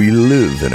in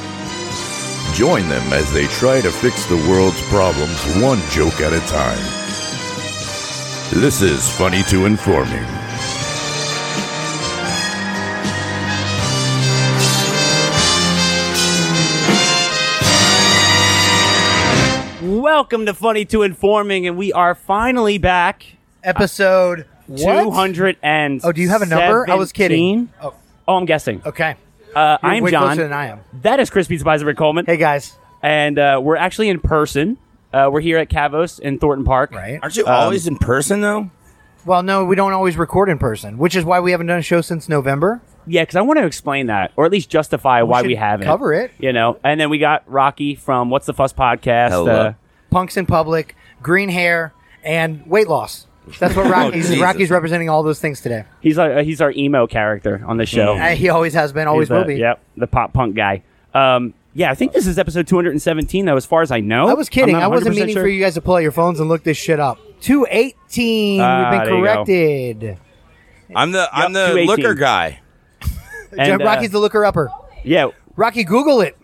Join them as they try to fix the world's problems one joke at a time. This is Funny to Inform You. Welcome to Funny to Informing, and we are finally back. Episode what? Two hundred and Oh, do you have a number? I was kidding. 17. Oh, Oh, I'm guessing. okay. Uh, You're I am way John. closer than I am. That is Chris Pizza Pies Coleman, Hey guys. and uh, we're actually in person. Uh, we're here at Cavos in Thornton Park. Right. Aren't you always in person though? Well, no, we don't always record in person, which is why we haven't done a show since November. Yeah, because I want to explain that, or at least justify why should we haven't cover it. You know, and then we got Rocky from What's the Fuss podcast. Hello. Uh, Punks in public, green hair, and weight loss. That's what Oh, Rocky's. Jesus. Rocky's representing all those things today. he's our, uh, he's our emo character on the show. Uh, he always has been, always Oh. He's the, will be. Yep, the pop punk guy. Um, yeah, I think this is episode 217, though, as far as I know. I was kidding. I'm I not wasn't 100% meaning sure. for you guys to pull out your phones and look this shit up. 218. Ah, We've there been you go. corrected. I'm the I'm the 218. looker guy. And, uh, Rocky's the looker upper. yeah, Rocky, Google it.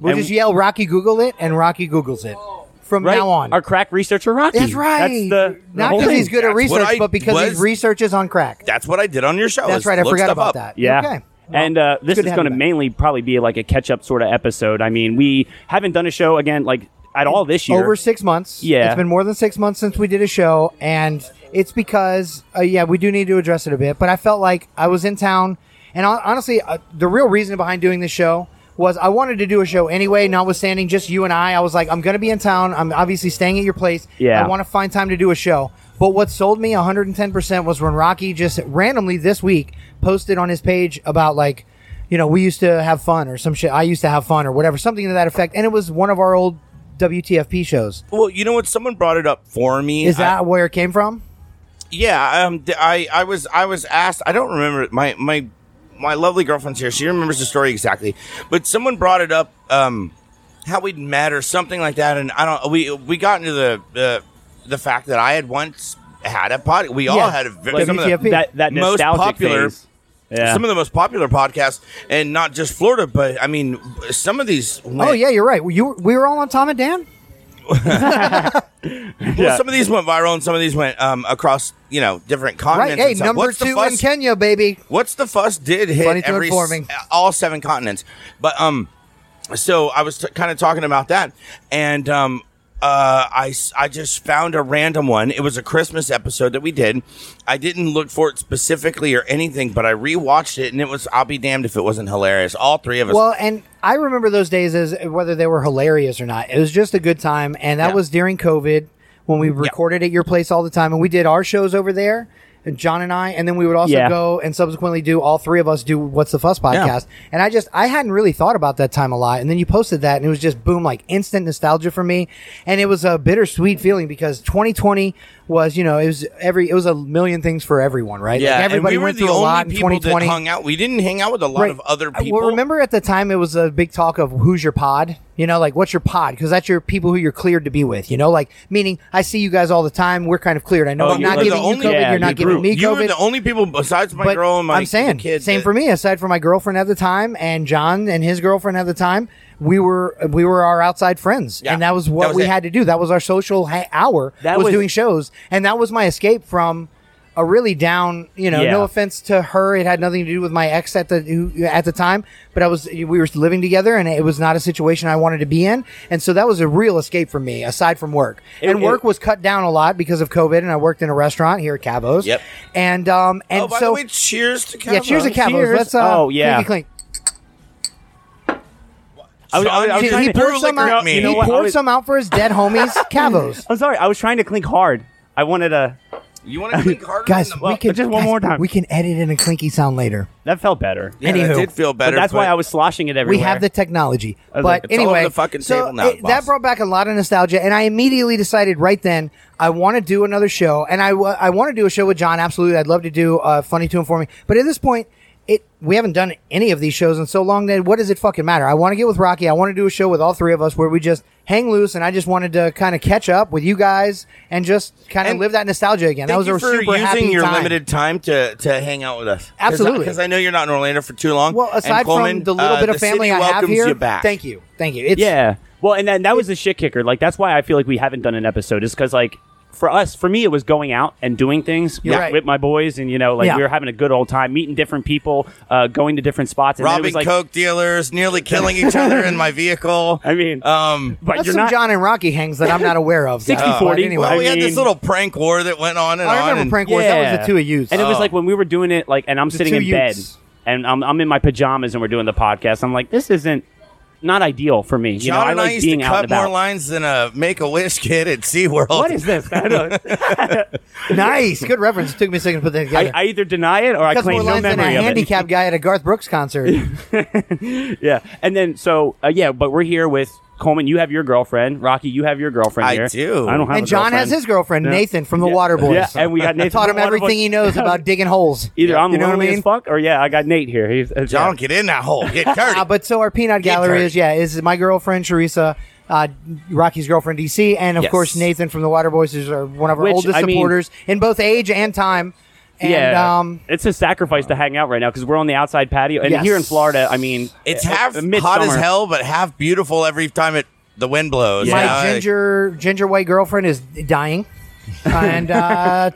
We'll And- just yell Rocky, Google it, and Rocky Googles it from right. now on. Our crack researcher, Rocky. That's right. That's the, the not whole because thing. he's good at That's what research, I but because his was- research is on crack. That's what I did on your show. That's is right. I look forgot stuff about up. that. Yeah. Okay. And uh, this is good to have going to you back. mainly probably be like a catch up sort of episode. I mean, we haven't done a show again like at all this year. Over six months. uh, Yeah. It's been more than six months since we did a show, and it's because, uh, yeah, we do need to address it a bit. But I felt like I was in town, and hon- honestly, uh, the real reason behind doing this show was I wanted to do a show anyway, notwithstanding just you and I. I was like, I'm going to be in town. I'm obviously staying at your place. Yeah. I want to find time to do a show. But what sold me 110% was when Rocky just randomly this week posted on his page about like, you know, we used to have fun or some shit. I used to have fun or whatever, something to that effect. And it was one of our old WTFP shows. Well, you know what? Someone brought it up for me. Is I- that where it came from? yeah. Um, d- I I was I was asked. I don't remember my my my lovely girlfriend's here. She remembers the story exactly. But someone brought it up. Um, how we'd met or something like that. And I don't. We we got into the the, the fact that I had once had a pod. We all Yeah. had a v- Like some of WTFP. the that that most nostalgic popular phase. Yeah. some of the most popular podcasts, and not just Florida, but I mean, some of these. Went, Oh yeah, you're right. You we were all on Tom and Dan. Well, yeah. some of these went viral, and some of these went um, across, you know, different continents. Right. Hey, and stuff. number What's the two fuss? in Kenya, baby. What's the fuss? Did hit Funny to every informing. s- all seven continents, but um, so I was t- kind of talking about that, and um, uh, I s- I just found a random one. It was a Christmas episode that we did. I didn't look for it specifically or anything, but I rewatched it, and it was I'll be damned if it wasn't hilarious. All three of us. Well, and I remember those days as whether they were hilarious or not. It was just a good time, and that Yeah. was during COVID when we recorded at your place all the time, and we did our shows over there. John and I, and then we would also Yeah. go and subsequently do all three of us do What's the Fuss podcast. And I just, I hadn't really thought about that time a lot. And then you posted that, and it was just boom, like instant nostalgia for me. And it was a bittersweet feeling because 2020 was, you know, it was every, it was a million things for everyone, right? Yeah, Like, everybody and we were went the through a only lot in people 2020. that hung out. We didn't hang out with a lot of other Uh, people. Well, remember at the time it was a big talk of who's your pod? You know, like what's your pod? Because that's your people who you're cleared to be with. You know, like meaning I see you guys all the time. We're kind of cleared. I know Oh, I'm you not were the giving you only- COVID. yeah, you're you not grew. giving me you were COVID. the only people besides my but girl and my I'm saying, kid. same that- for me. Aside from my girlfriend at the time and John and his girlfriend at the time, we were we were our outside friends, Yeah, and that was what that was we it. had to do. That was our social ha- hour. That was, was- doing shows, and that was my escape from a really down. You know, Yeah. no offense to her, it had nothing to do with my ex at the who, at the time, but I was we were living together, and it was not a situation I wanted to be in, and so that was a real escape for me, aside from work. and it- work was cut down a lot because of COVID, and I worked in a restaurant here at Cabos. Yep. And um and Oh, by so the way, cheers to Cavs. yeah, cheers to Cavs. Cheers. Let's uh, Oh, yeah. clinky clink. I was- I was- I was Dude, trying he to- poured some No, out. me. You know he what? I poured was- some out for his dead homies, Cavos. I'm sorry. I was trying to clink hard. I wanted to. You want to click harder Guys, than the we mic? can just one guys, more time. We can edit in a clinky sound later. That felt better. Yeah, that Anywho. did feel But better. that's but- why I was sloshing it everywhere. We have the technology. was But like, all anyway, over the fucking so table now, it- boss. that brought back a lot of nostalgia, and I immediately decided right then I want to do another show, and I wa- I want to do a show with John. Absolutely, I'd love to do uh, funny to inform me. But at this point, it we haven't done any of these shows in so long that what does it fucking matter? I want to get with Rocky. I want to do a show with all three of us where we just hang loose, and I just wanted to kind of catch up with you guys and just kind of And live that nostalgia again. That Thank was you a for super using happy your time. limited time to to hang out with us. Absolutely. because I know you're not in Orlando for too long. Well, And aside Coleman, from the little uh, bit of the family city I have welcomes here, you back. thank you, thank you. It's, Yeah. Well, and then that was the shit kicker. Like that's why I feel like we haven't done an episode is because like for us, for me, it was going out and doing things You're with, right. with my boys, and you know, like Yeah. we were having a good old time, meeting different people, uh, going to different spots, and then it Robbing was like, coke dealers, nearly killing each other in my vehicle. I mean, um, but That's you're some not. John and Rocky hangs that I'm not aware of. 60-40. But Anyway, well, I we had this mean- little prank war that went on and I on. remember and- prank wars. That was the two of you. And it Oh. was like when we were doing it, like, and I'm sitting two in bed youths. and I'm, I'm in my pajamas and we're doing the podcast. I'm like, this isn't not ideal for me. You John know, I and like I used being to out and cut more about. lines than a Make a Wish kid at SeaWorld. What is this? I, don't- nice, good reference. It took me a second to put that I, together. I either deny it or I That's more claim no lines than a memory of it. handicap guy at a Garth Brooks concert. Yeah, and then so uh, yeah, but we're here with Coleman. You have your girlfriend, Rocky. You have your girlfriend I here. do. I don't have. and a John has girlfriend. his girlfriend, Yeah. Nathan from the Yeah. Water Boys. Yeah, and we got Nathan. taught from him the Water everything Boys. he knows about digging holes. Either I'm you know what I lonely mean? as fuck, or yeah, I got Nate here. He's uh, John, get in that hole. Get dirty. Uh, but so our peanut Get gallery dirty. is yeah is my girlfriend Sharissa, uh, Rocky's girlfriend DC, and of Yes. course Nathan from the Water Boys is our, one of our Which, oldest I mean- supporters in both age and time. And, yeah, um, it's a sacrifice to hang out right now because we're on the outside patio, and Yes. here in Florida, I mean, it's uh, half uh, hot as midsummer. hell, but half beautiful every time it the wind blows. my you know, like- ginger ginger white girlfriend is dying, and uh,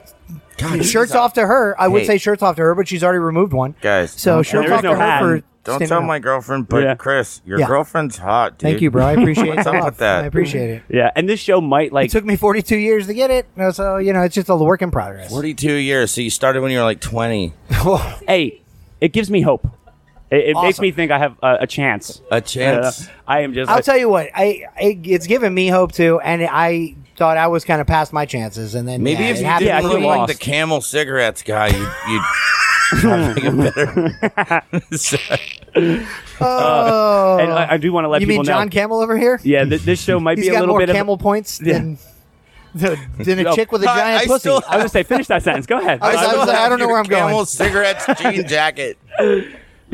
God, shirts she's off to her. I would Hey. say shirts off to her, but she's already removed one. Guys, so don't- shirts There is off no to her hat. for Don't standing tell up. my girlfriend, but Yeah. Chris, your Yeah. girlfriend's hot, dude. Thank you, bro. I appreciate What's the up love. with that? I appreciate it. Yeah, and this show might like It took me 42 years to get it, uh, so you know it's just a work in progress. Forty-two years. So you started when you were like twenty. hey, it gives me hope. It, it makes Awesome. me think I have uh, a chance. A chance. Uh, I am just. I'll tell you what, I, I it's given me hope too, and I thought I was kind of past my chances, and then Maybe yeah, if it you happened Yeah, I didn't feel to look me. like lost. the Camel cigarettes guy, you you. oh, and I, I do want to let you people mean know. John Camel over here? yeah, th- this show might he's be a got little more bit of. camel points than than a No. chick with a I- giant I pussy. still- I was gonna say, finish that sentence. Go ahead. I was- still like, I have don't know your where I'm going. Camel cigarettes jean jacket.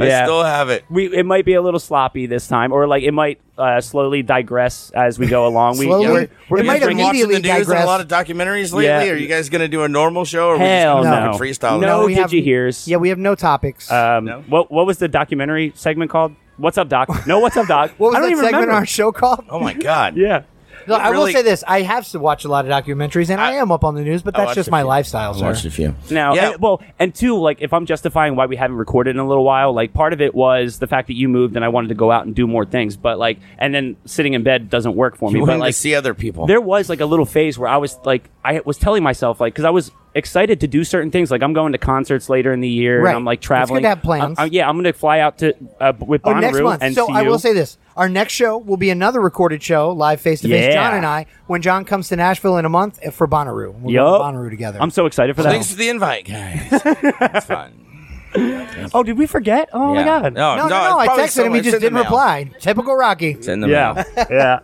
I Yeah. still have it. we it might be a little sloppy this time, or like it might uh, slowly digress as we go along. We, Slowly? we're, we're It just might Been drinking- immediately- watching the news and digress. a lot of documentaries lately. Yeah. Are you guys going to do a normal show or are we Hell just gonna no. fucking freestyle? No. it? we did have, you hears. Yeah, we have no topics. Um, What what was the documentary segment called? What's up, Doc? No, what's up, Doc? what was I don't that even segment remember. on our show called? Oh my god. yeah. No, I will really- say this: I have to watch a lot of documentaries, and I, I- am up on the news, but that's watched just a my few. lifestyle, I sir. watched a few. Now, Yeah. and- well, and two, like if I'm justifying why we haven't recorded in a little while, like part of it was the fact that you moved and I wanted to go out and do more things, but like, and then sitting in bed doesn't work for me. You But want to like, see other people. there was like a little phase where I was like, I was telling myself like, because I was excited to do certain things. Like I'm going to concerts later in the year, Right. and I'm like It's good to traveling. have plans. I'm- I'm- yeah, I'm going to fly out to uh, with Oh, Bonnaroo next month. and so see I you. will say this: our next show will be another recorded show, live face to face. Yeah. John and I, when John comes to Nashville in a month eh, for Bonnaroo, we'll Yup. go to Bonnaroo together. I'm so excited for that. Thanks for the invite, guys. it's fun. Oh, did we forget? Oh my Yeah. god. No, no, no, no, it's I texted probably him; he somewhere- it's just in the didn't mail. reply. Typical Rocky. It's in the Yeah. mail. yeah.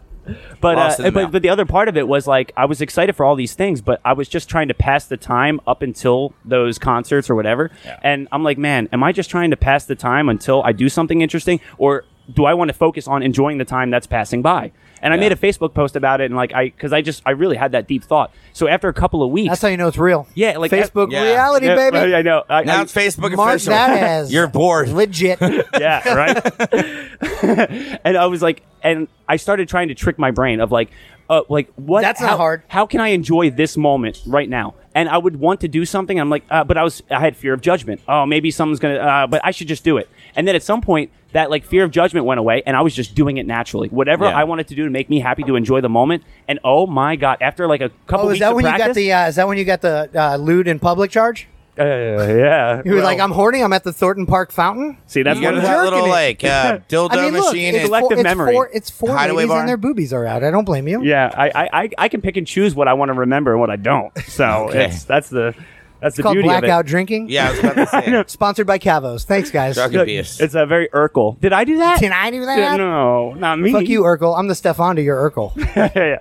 But, Lost in uh, the but mail. but the other part of it was like I was excited for all these things, but I was just trying to pass the time up until those concerts or whatever. Yeah. And I'm like, man, am I just trying to pass the time until I do something interesting, or do I want to focus on enjoying the time that's passing by? And I Yeah. made a Facebook post about it, and like I because I just I really had that deep thought. So after a couple of weeks, That's how you know it's real. Yeah, like- Facebook Yeah. reality, Yeah, baby. I know. I, Now I- it's Facebook Mark official. that as You're bored. legit. yeah, right. and I was like, and I started trying to trick my brain of like, uh, like what? That's not how- hard. How can I enjoy this moment right now? And I would want to do something. I'm like, uh, but I was, I had fear of judgment. Oh, maybe someone's gonna, uh, but I should just do it. And then at some point, that like fear of judgment went away, and I was just doing it naturally. Whatever Yeah. I wanted to do to make me happy to enjoy the moment. And oh my god, after like a couple Oh, weeks is that of when you practice, got the? Uh, is that when you got the uh, lewd in public charge? uh, yeah. You were like, I'm hoarding. I'm at the Thornton Park fountain. See, that's You got one of gotta the that jerking little it. like uh, dildo I mean, look, machine. it's and- Collective four, memory. It's four, it's four Hideaway ladies bar. and their boobies are out. I don't blame you. Yeah, I, I, I, I can pick and choose what I want to remember and what I don't. So Okay. it's that's the that's the It's called beauty of it. blackout drinking. yeah, I was about to say. Sponsored by Cavos. Thanks, guys. Drug Can abuse. It's a very Urkel. Did I do that? I do Yeah, that? No, not me. Fuck you, Urkel. I'm the Stefan to your Urkel. Yeah, yeah.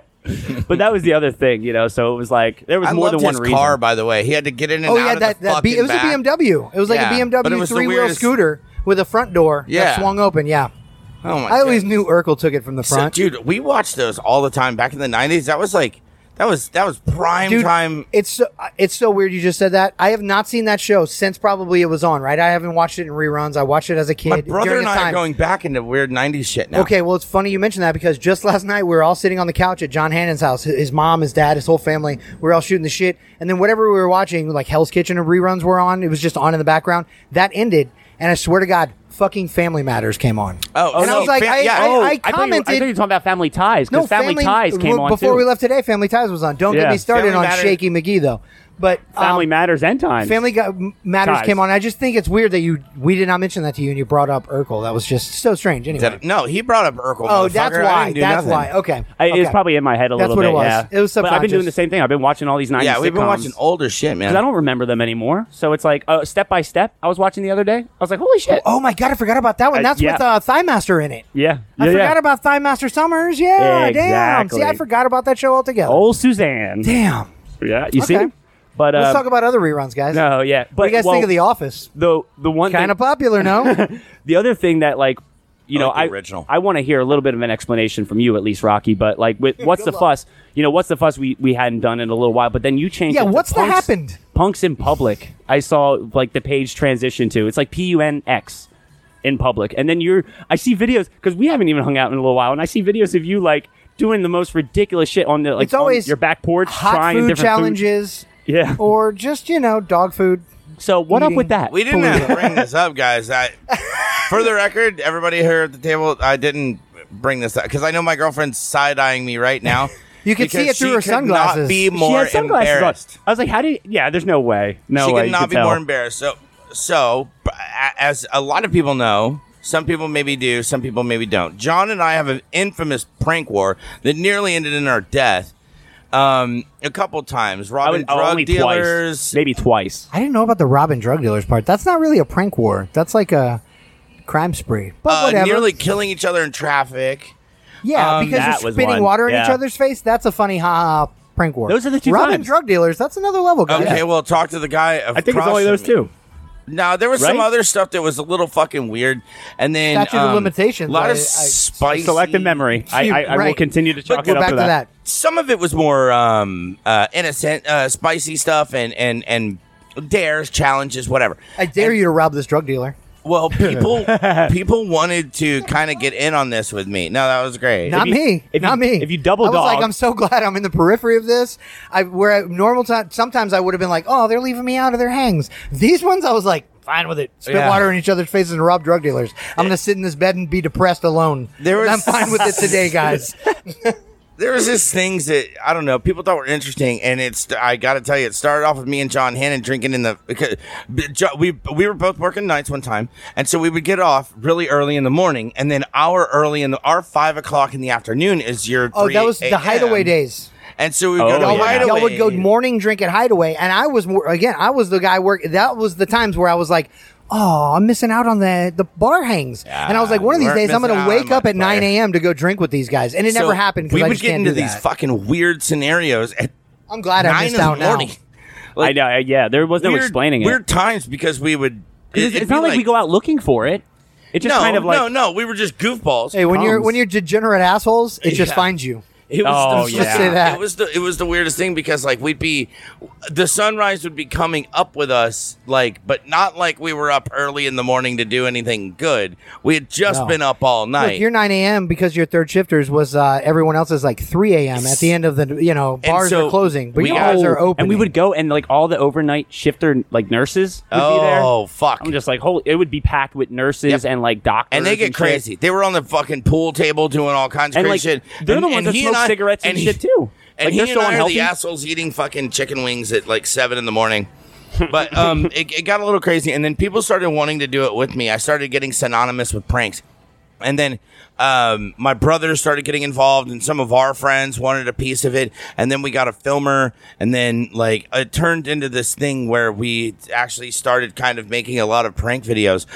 but that was the other thing, you know. So it was like there was I more loved than one his reason. car, by the way. He had to get in and oh out yeah, of that, the that B, fucking it was back. a BMW. It was like Yeah, a but it BMW was the three wheel weirdest- scooter with a front door Yeah. that swung open. Yeah, Oh my I always God. knew Urkel took it from the So, front. dude, we watched those all the time back in the '90s. That was like, that was that was prime Dude, time. It's so, it's so weird. You just said that. I have not seen that show since probably it was on. Right? I haven't watched it in reruns. I watched it as a kid. My brother during and the I are time. going back into weird '90s shit now. Okay, well, it's funny you mentioned that because just last night we were all sitting on the couch at John Hannon's house. His- His mom, his dad, his whole family. We were all shooting the shit, and then whatever we were watching, like Hell's Kitchen or reruns were on. It was just on in the background. That ended, and I swear to God, fucking Family Matters came on. Oh, and I so was like, fam- I, yeah. I, I thought, you I Oh, I were, I commented. thought you were talking about Family Ties because no, Family, Ties came w- on before too. we left today. Family Ties was on. Don't Yeah. get me started Family on Matters- Shaky McGee though. But Family um, Matters and Times. Family Gu- Matters Ties. came on. I just think it's weird that you we did not mention that to you, and you brought up Urkel. That was just so strange. Anyway, That- no, he brought up Urkel. Oh, motherfucker. that's I why. didn't do That's nothing. why. Okay. I, It was Okay. probably in my head a That's little what bit. it was. Yeah, It was But I've been doing the subconscious. same thing. I've been watching all these '90s. Yeah, we've been sitcoms. watching older shit, man. I don't remember them anymore. So it's like uh, step by step. I was watching the other day. I was like, holy shit. Oh my god, I forgot about that one. Uh, That's yeah. with uh, Thighmaster in it. Yeah, I yeah, forgot yeah. about Thighmaster Summers. Yeah, Exactly. Oh. damn. See, I forgot about that show altogether. old Suzanne. damn. Yeah, you Okay. see. But uh, Let's talk about other reruns, guys. no, yeah. But what do you guys well, think of The Office? the the one Kind thing, of popular, no? The other thing that like you know like the I original. I want to hear a little bit of an explanation from you at least, Rocky. But like with what's the luck. fuss? You know what's the fuss? We we hadn't done in a little while, but then you changed. Yeah, it to what's the punks, happened? Punks in public. I saw like the page transition to. It's like P U N X in public, and then you're. I see videos because we haven't even hung out in a little while, and I see videos of you like doing the most ridiculous shit on the like It's on always your back porch Hot trying food different food. challenges, Yeah. or just you know, dog food. So what up eating. with that? We didn't have to bring this up, guys. I, for the record, everybody here at the table, I didn't bring this up because I know my girlfriend's side eyeing me right now. You could see because it through she her could Not sunglasses. be She she more had sunglasses on. embarrassed. I was like, how do you? Yeah, there's no way. No she way. could you not could be tell. more embarrassed. So, so b- a- as a lot of people know, some people maybe do, some people maybe don't. John and I have an infamous prank war that nearly ended in our death. Um, a couple times, I robbing would oh, drug only dealers. twice, maybe twice. I didn't know about the Robin drug dealers part. That's not really a prank war. That's like a crime spree. But uh, whatever. nearly killing each other in traffic. Yeah, Um, because that you're was spitting one. water in each Yeah. other's face. That's a funny ha ha prank war. Those are the two Robbing times. drug dealers. That's another level, guys. Okay, well, talk to the guy. Oh, I think it's only those two. No, there was some Right? other stuff that was a little fucking weird, and then Statute of um, limitations, A lot of I- I- spicy Selective memory. I, I, I will Right. continue to chalk Go it up back to to that. that. some of it was more um, uh, innocent, uh, spicy stuff, and and and dares, challenges, whatever. I dare you to rob this drug dealer. Well, people people wanted to kind of get in on this with me. No, that was great. Not you- me. if you- Not me. if you double I was dog- like, I'm so glad I'm in the periphery of this. I where at normal time, sometimes I would have been like, oh, they're leaving me out of their hangs. These ones, I was like, fine with it. Spit Yeah. water in each other's faces and rob drug dealers. I'm gonna sit in this bed and be depressed alone. There And I'm was- fine with it today, guys. there was just things that I don't know. People thought were interesting, and it's. I got to tell you, it started off with me and John Hannon drinking in the because b- Jo- we we were both working nights one time, and so we would get off really early in the morning, and then our early in the our five o'clock in the afternoon is your. oh, that 3 was the a.m.. hideaway days. and so we would Oh, go to yeah. y'all, would- hideaway. y'all would go morning drink at Hideaway, and I was more, again, I was the guy work. That was the times where I was like, "Oh, I'm missing out on the the bar hangs," and I was like, "One of these you weren't days, I'm going missing to out wake on up at much bar. 9 a.m. to go drink with these guys," and it So never happened We because I would just get can't into do these that. fucking weird scenarios at I'm glad I nine missed in the out now. morning. I know. uh, Yeah, there was no explaining it. weird times because we would. 'Cause It's, it'd it's be not like, we go out looking for it. It just no, kind of like no, no. We were just goofballs. Hey, when you're Comes. when you're degenerate assholes, it just Yeah. finds you. It Oh, was the, yeah. Let's say that. It was the it was the weirdest thing because like we'd be the sunrise would be coming up with us like but not like we were up early in the morning to do anything good. We had just No. been up all night. Look, your 9 a.m. because your third shifters was uh, everyone else's like 3 a.m. at the end of the you know bars so are closing, but we your got- bars are Oh, open. And we would go and like all the overnight shifter like nurses would be there. oh fuck. I'm just like, holy! It would be packed with nurses Yep. and like doctors, and they get shit. crazy. They were on the fucking pool table doing all kinds of And crazy like, shit. they're and, the ones and that he smoke I- cigarettes and, he- shit too. And like he they're and so I are unhealthy. the assholes eating fucking chicken wings at like seven in the morning. But um, it, it got a little crazy, and then people started wanting to do it with me. I started getting synonymous with pranks. And then um, my brother started getting involved, and some of our friends wanted a piece of it. And then we got a filmer, and then like it turned into this thing where we actually started kind of making a lot of prank videos.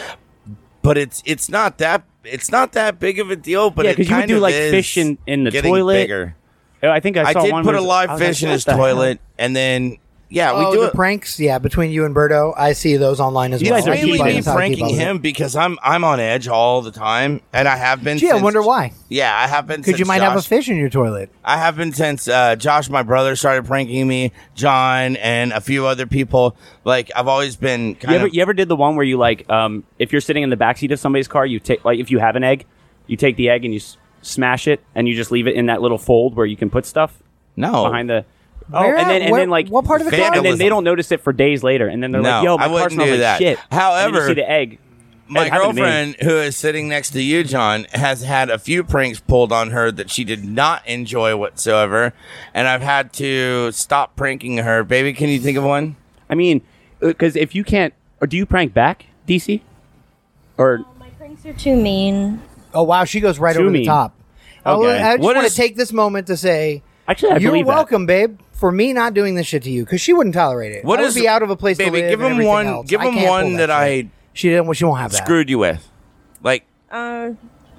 But it's it's not that it's not that big of a deal. But Yeah, it 'cause you would kind do, of like, is fish in- in the getting toilet. Bigger. I think I I saw did one. put where a it was- I live was like, fish in what his the hell? toilet, and then yeah, oh, we do the it. pranks, yeah, between you and Berto, I see those online as You well. guys are I keep mainly heathens. up- that's how me I keep up pranking with it. him because I'm I'm on edge all the time, and I have been. Gee, I since- wonder why. Yeah, I have been. Because you since might have a Josh- fish in your toilet. I have been since uh, Josh, my brother, started pranking me, John, and a few other people. Like I've always been kind You ever, of. you ever did the one where you like, um, if you're sitting in the backseat of somebody's car, you take like if you have an egg, you take the egg and you s- smash it, and you just leave it in that little fold where you can put stuff no. behind the. Oh, Where and at? then and Where- then like what part of the And then Vandalism. they don't notice it for days later, and then they're like, No, "Yo, I my car wouldn't smells do like that. shit." and then However, you see the egg. my It happened to me. girlfriend, who is sitting next to you, John, has had a few pranks pulled on her that she did not enjoy whatsoever, and I've had to stop pranking her. Baby, can you think of one? I mean, because if you can't, or do you prank back, DC, or My pranks are too mean. Oh wow, she goes right To over me. the top. I will- Okay. I just What want is- to take this moment to say actually, I you're believe that. welcome, babe, for me not doing this shit to you because she wouldn't tolerate it. What I would is- be out of a place to baby, live give and him everything one- else. give I him can't pull one that, that shit. she didn't. Well, she won't have that. Screwed you with, like Uh,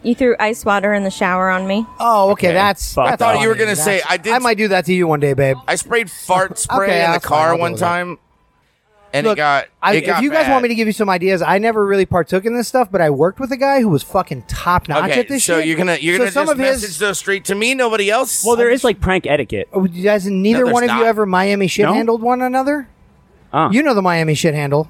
you threw ice water in the shower on me. Oh, okay, that's. Fuck. that's I thought funny. you were gonna That's- say, I did- I might do that to you one day, babe. I sprayed fart spray Okay, in the that's fine. I'll car deal one with that. time, and it Look, got. I, it got if you guys bad. want me to give you some ideas, I never really partook in this stuff, but I worked with a guy who was fucking top notch Okay, at this so shit. you're gonna you're so gonna some just of his message those straight to me. Nobody else. Well, there is like prank etiquette. Oh, you guys, neither there's one of not. you ever Miami shit No? handled one another. Uh. You know the Miami shit handle.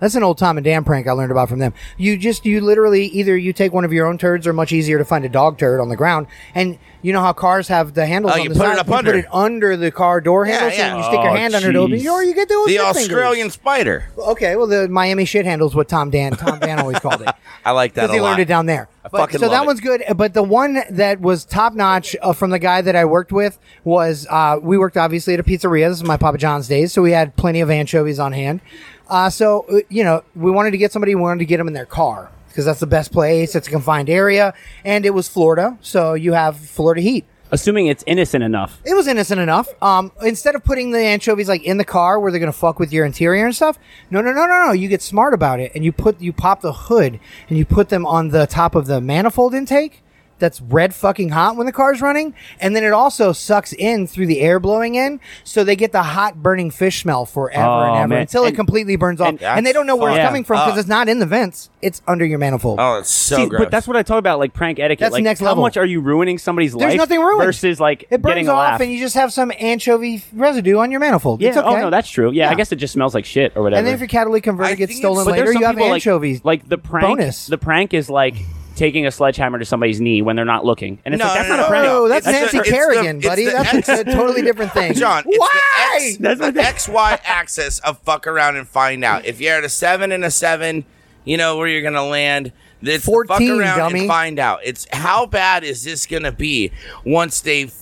That's an old Tom and Dan prank I learned about from them. You just you literally either you take one of your own turds or much easier to find a dog turd on the ground. And you know how cars have the handles Oh, on you the put it side? up you under. put it under the car door handle, Yeah, yeah. so you stick your Oh, hand under it open, jeez. or you get those. the Australian spider. Okay, well the Miami shit handle is what Tom Dan Tom Dan always called it. I like that Because a he lot. learned it down there. I But- fucking so love that it. one's good. But the one that was top notch uh, from the guy that I worked with was uh, we worked obviously at a pizzeria. This is my Papa John's days, so we had plenty of anchovies on hand. Uh, so uh, you know, we wanted to get somebody. We wanted to get them in their car because that's the best place. It's a confined area, and it was Florida, so you have Florida heat Assuming it's innocent enough. it was innocent enough. Um, instead of putting the anchovies like in the car where they're gonna fuck with your interior and stuff, no, no, no, no, no. You get smart about it and you put you pop the hood and you put them on the top of the manifold intake. That's red fucking hot when the car's running, and then it also sucks in through the air blowing in, so they get the hot burning fish smell forever Oh, and ever man. until And- it completely burns off, and- and, they don't know where Yeah. it's coming from because it's not in the vents; it's under your manifold. Oh, it's so See, gross. but that's what I talk about, like prank etiquette. That's like, next How level. much are you ruining somebody's life? There's nothing ruined. Versus like it burns getting a off, laugh. and you just have some anchovy residue on your manifold. yeah. It's okay. Oh no, that's true. Yeah, I Yeah. guess it just smells like shit or whatever. And then if your catalytic converter I gets think stolen it's- but there's later, some you have people, like- anchovies. Like, the prank. Bonus. The prank is like taking a sledgehammer to somebody's knee when they're not looking, and it's like that's not a prank. no, that's It's Nancy the- it's the- Kerrigan, it's buddy. the That's a totally different thing. John, it's why? the X, the XY axis of fuck around and find out. If you're at a seven and a seven, you know where you're gonna land. It's the fuck 14, around dummy. and find out. It's how bad is this gonna be once they f-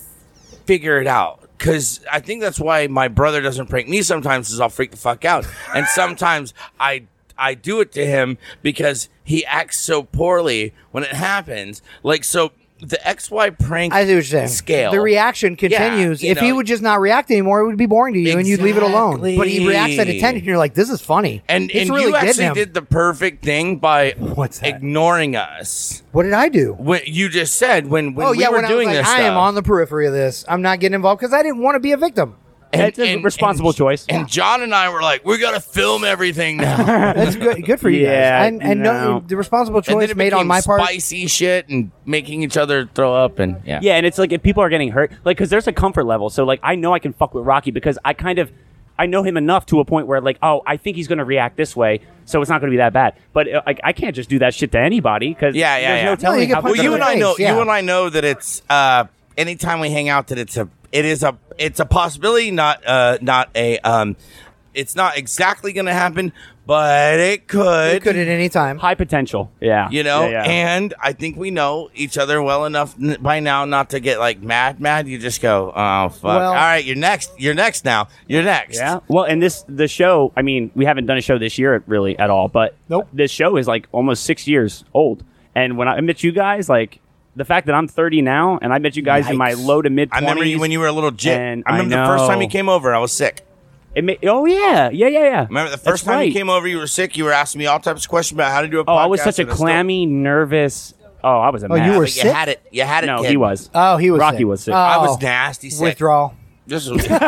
figure it out? Because I think that's why my brother doesn't prank me sometimes. Is I'll freak the fuck out, and sometimes I I do it to him because he acts so poorly when it happens. Like so. The XY prank I see what you're saying. scale. The reaction continues. you if he know. would just not react anymore, it would be boring to you, and you'd leave it alone. But he reacts at a ten, and you're like, "This is funny." And, it's and really you getting actually him. did the perfect thing by What's that? ignoring us. What did I do? When you just said when, when oh we yeah, were when doing I was like, this, I am stuff. on the periphery of this. I'm not getting involved because I didn't want to be a victim. That's a responsible and- choice. And John and I were like, we gotta film everything now. That's good. Good for you Yeah, guys. And, and no. no. the responsible and then choice it made on became my part. spicy shit and making each other throw up and yeah. Yeah, and it's like if people are getting hurt, like because there's a comfort level. So like I know I can fuck with Rocky because I kind of I know him enough to a point where like oh I think he's gonna react this way, so it's not gonna be that bad. But uh, like I can't just do that shit to anybody because Yeah, yeah, there's yeah. no telling No, you how can Well, punch people you in are and the I know. face, yeah. You and I know that it's uh, anytime we hang out that it's a it is a it's a possibility, not uh, not a um, It's not exactly going to happen, but it could. It could at any time. High potential. Yeah. You know, Yeah, yeah. and I think we know each other well enough n- by now not to get like mad, mad. You just go, oh fuck! Well- All right, you're next. You're next now. You're next. Yeah. Well, and this the show. I mean, we haven't done a show this year really at all, but Nope. this show is like almost six years old. And when I met you guys, like the fact that I'm 30 now, and I met you guys in my Yikes. low to mid. I remember you when you were a little jit. and I I remember the first time know. you came over. I was sick. It ma- oh yeah, yeah, yeah, yeah. Remember the first time you came over, you were sick. You were asking me all types of questions about how to do a podcast. Oh, I was such a and I still- clammy, nervous. Oh, I was a. you mess. were But you Sick? had it. You had it. No, kid. he was. Oh, he was Rocky sick. was sick. Oh, I was nasty sick. Withdrawal. This is- Who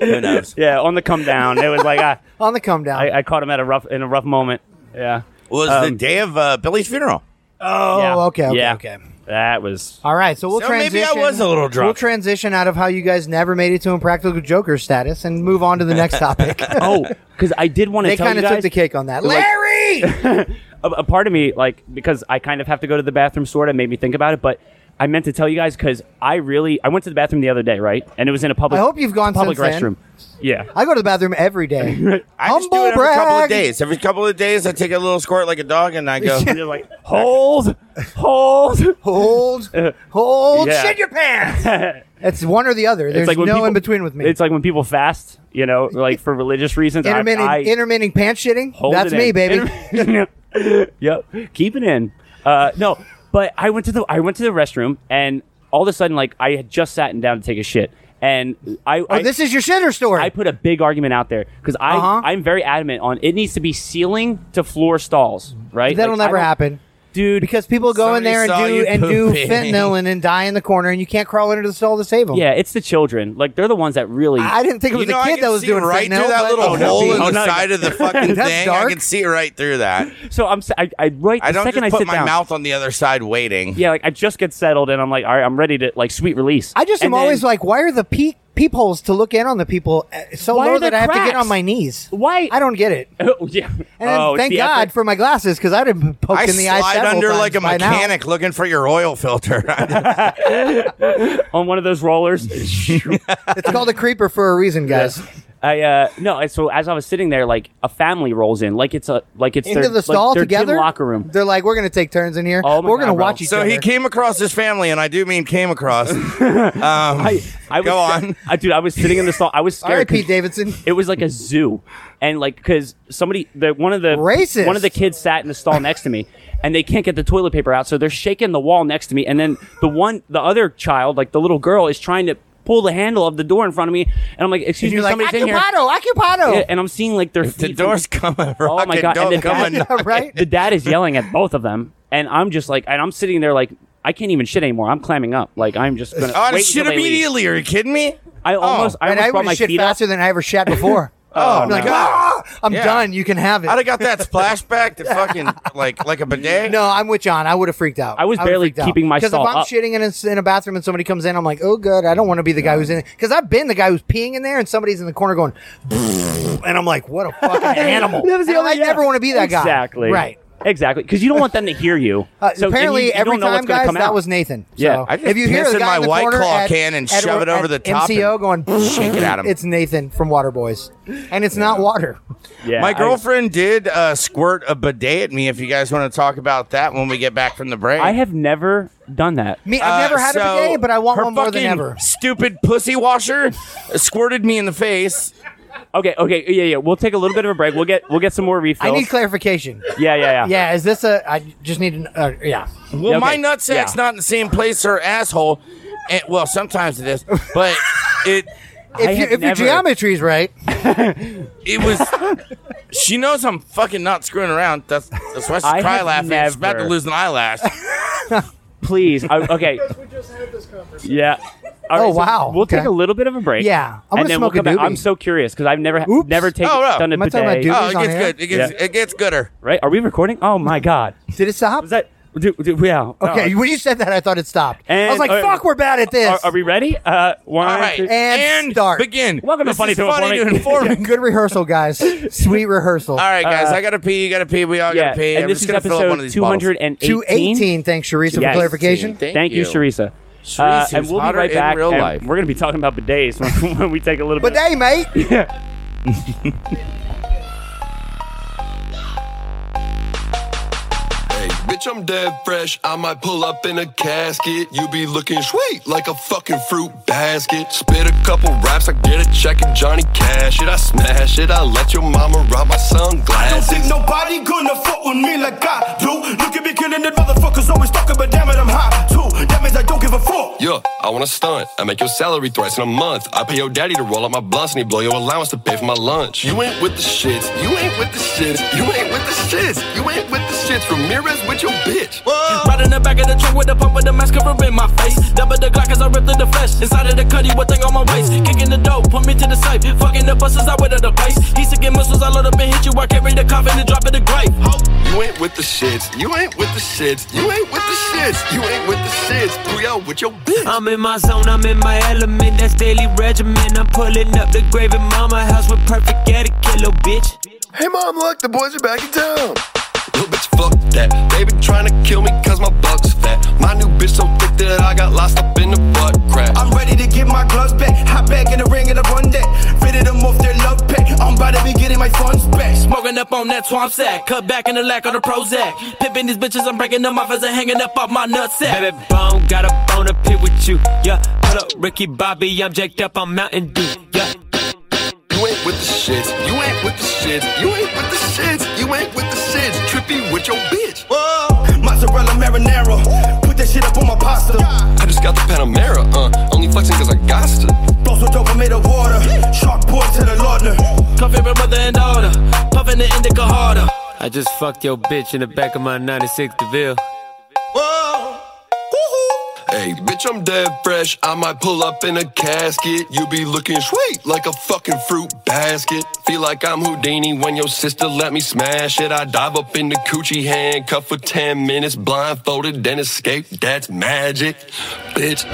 knows? yeah, on the come down, it was like I, On the come down. I, I caught him at a rough in a rough moment. Yeah. was the Um, day of uh, Billy's funeral. oh, yeah. okay, okay, Yeah. okay. That was. All right, so we'll So transition. maybe I was a little We'll drunk. transition out of how you guys never made it to impractical joker status and move on to the next topic. Oh, because I did want to they tell kind you of guys. took the cake on that. like- Larry, a, a part of me, like, because I kind of have to go to the bathroom, sort of made me think about it, but I meant to tell you guys because I really, I went to the bathroom the other day, right? And it was in a public. I hope you've gone public since then. restroom. Yeah. I go to the bathroom every day. I just Humble do it every couple brag. of days. Every couple of days, I take a little squirt like a dog, and I go. And they're like, hold, hold. Hold, hold, Yeah. shit your pants. It's one or the other. it's There's like when no people, in between with me. It's like when people fast, you know, like for religious reasons. I- intermittent, I intermittent pants shitting. hold That's it me, in. baby. Inter- yep, keep it in. Uh, no, but I went to the I went to the restroom, and all of a sudden, like I had just sat down to take a shit, and I oh, I, this is your shitter story. I put a big argument out there because I Uh-huh. I'm very adamant on it needs to be ceiling to floor stalls, right? That'll Like, I never don't- happen. dude. Because people go in Somebody there and saw do you and do pooping. fentanyl and then die in the corner, and you can't crawl under the stall to save them. yeah, it's the children. Like they're the ones that really. I didn't think it You was know, a I kid can that was see doing right fentanyl, through that but- little Oh, no, hole in oh, the no. side of the fucking That's thing. dark. I can see right through that. so I'm s- I, I right the I don't second just I put sit my down. mouth on the other side waiting. yeah, like I just get settled and I'm like, all right, I'm ready to like sweet release. I just And am always then- like, why are the peep peepholes to look in on the people uh, so Why low are that there I have to get cracks? on my knees? Why- I don't get it. And Oh, yeah. then, oh, it's thank the God effort. for my glasses because I'd have been poked I in the eye slide several under times like a by now. mechanic looking for your oil filter. on one of those rollers. It's called a creeper for a reason, guys. I uh no. and So as I was sitting there, like a family rolls in, like it's a like it's Into their, the stall like, their gym together, locker room. They're like, we're gonna take turns in here. Oh my we're God, gonna bro. watch each so other. he came across his family, and I do mean came across. I, I was, Go on. I, dude. I was sitting in the stall. I was All right, scared. 'cause Pete Davidson. It was like a zoo, and like because somebody, the one of the Racist. one of the kids sat in the stall next to me, and they can't get the toilet paper out, so they're shaking the wall next to me, and then the one, the other child, like the little girl, is trying to pull the handle of the door in front of me, and I'm like, excuse And you're me, like, somebody's in here, occupado, occupado. Yeah, and I'm seeing like their the feet from- door's coming. Oh my god! And the coming. dad, right? the dad is yelling at both of them, and I'm just like, and I'm sitting there like, I can't even shit anymore. I'm clamming up. Like I'm just gonna Oh, wait shit until they leave. immediately. Are you kidding me? I almost, I and I almost would brought my have shit feet up. faster than I ever shat before. Oh, I'm my like, god! "Ah, I'm Yeah. done. You can have I'd have it. got that splashback to fucking like like a bidet. No, I'm with John. I would have freaked out. I was would've barely freaked out. keeping my Because if stall I'm up. shitting in a, in a bathroom and somebody comes in, I'm like, oh, good. I don't want to be the guy who's in. Because I've been the guy who's peeing in there and somebody's in the corner going, and I'm like, what a fucking animal. That was the And only- I yeah. never want to be that guy. Exactly. Right. Exactly. Because you don't want them to hear you. Uh, So- and apparently, you- you every don't know time, what's gonna guys, come that out. was Nathan. Yeah. So I just if you hear piss the in guy my in the White corner Claw at- can and at- shove it over at the top MCO and going, shake it at him. It's Nathan from Waterboys, and it's not water. Yeah, My I- girlfriend did uh, squirt a bidet at me. If you guys want to talk about that when we get back from the break, I have never done that. Me, I've never Uh, had so a bidet, but I want her one more than fucking ever. Stupid pussy washer squirted me in the face. Okay. Okay. Yeah. Yeah. We'll take a little bit of a break. We'll get we'll get some more refills. I need clarification. yeah. Yeah. Yeah. Yeah, is this a? I just need an. Uh, yeah. Well, Okay, my nutsack's yeah. not in the same place her asshole. And, well, sometimes it is, but it I If, you, have if your never- geometry's right, it was. she knows I'm fucking not screwing around. That's that's why she's I cry have laughing. She's about to never- lose an eyelash. Please. I, okay. We just had this conversation. Yeah. All Oh, so wow. we'll Okay. take a little bit of a break. Yeah. I wanna and then smoke we'll a come doobie. back. I'm so curious because I've never Oops. never taken Oh, no. done a Am I talking about bidet. doobie? Oh, it on gets air? good. It gets Yeah. it gets gooder. right? Are we recording? Oh my god. did it stop? Was that? Do, do, yeah. okay, when you said that, I thought it stopped. I And- was like, all right. "Fuck, we're bad at this." Are, are we ready? Uh, one, All right, two- And start. begin. Welcome to This Funny is to funny Informing. to informing. Good rehearsal, guys. Sweet rehearsal. All right, guys, I gotta pee. You gotta pee. We all Uh, yeah. gotta pee. And I'm this just is gonna fill up one of episode these two bottles. hundred and Two eighteen. Thanks, Sharissa, for Yes. clarification. Thank you, Sharissa. Uh, Sharice, and who's we'll be hotter right in back. real and life. We're going to be talking about bidets when, when we take a little But bit. hey, mate. Hey, bitch, I'm dead fresh. I might pull up in a casket. You be looking sweet like a fucking fruit basket. Spit a couple raps, I get a check and Johnny Cash it. I smash it. I let your mama rob my I don't sunglasses. think nobody gonna fuck with me like I do. Look at me killing the motherfuckers always talking, but damn it, I'm high too. That means I don't give a fuck. Yeah, I wanna stunt. I make your salary thrice in a month. I pay your daddy to roll up my blunts and he blow your allowance to pay for my lunch. You ain't with the shits. You ain't with the shits. You ain't with the shits. You ain't with the shits. Ramirez with your bitch. Right in the back of the truck with a pump with the mascara in my face. Double the Glock as I rip through the flesh. Inside of the cutty, what thing on my waist? Kicking the door, put me to the safe. Fucking the buses, I wet at the place. He sick and muscles, I load up and hit you. I carry the coffin and drop it the grave. Ho. You ain't with the shits. You ain't with the shits. You ain't with the shits. You ain't with the shits. Booyah with your bitch. I'm in my zone, I'm in my element. That's daily regimen. I'm pulling up the grave in mama house with perfect etiquette, little bitch. Hey mom, look, the boys are back in town. Little bitch, fuck that. They been trying to kill me cause my buck's fat. My new bitch so thick that I got lost up in the butt crack. I'm ready to get my gloves back. Hop back in the ring and I run that. Fitted them off their love pack. I'm about to be getting my funds back. Smoking up on that swamp sack. Cut back in the lack of the Prozac. Pimping these bitches, I'm breaking them off as I'm hanging up off my nutsack. Baby bone, got a bone to pit with you. Yeah, pull up Ricky Bobby, I'm jacked up, I'm Mountain Dew. Yeah. You ain't with the shits. You ain't with the shits. You ain't with the shits. You ain't with the shits. Trippy with your bitch. Whoa, mozzarella marinara. Put that shit up on my pasta. I just got the Panamera, uh. Only flexing cause I got to. Blow some dope, I made of water. Shark boy to the lauder. Come favorite mother and daughter. Puffing the indica harder. I just fucked your bitch in the back of my 96 DeVille. Whoa, woohoo. Hey, bitch, I'm dead fresh. I might pull up in a casket. You be looking sweet like a fucking fruit basket. Feel like I'm Houdini when your sister let me smash it. I dive up in the coochie handcuff for 10 minutes, blindfolded, then escape. That's magic, bitch.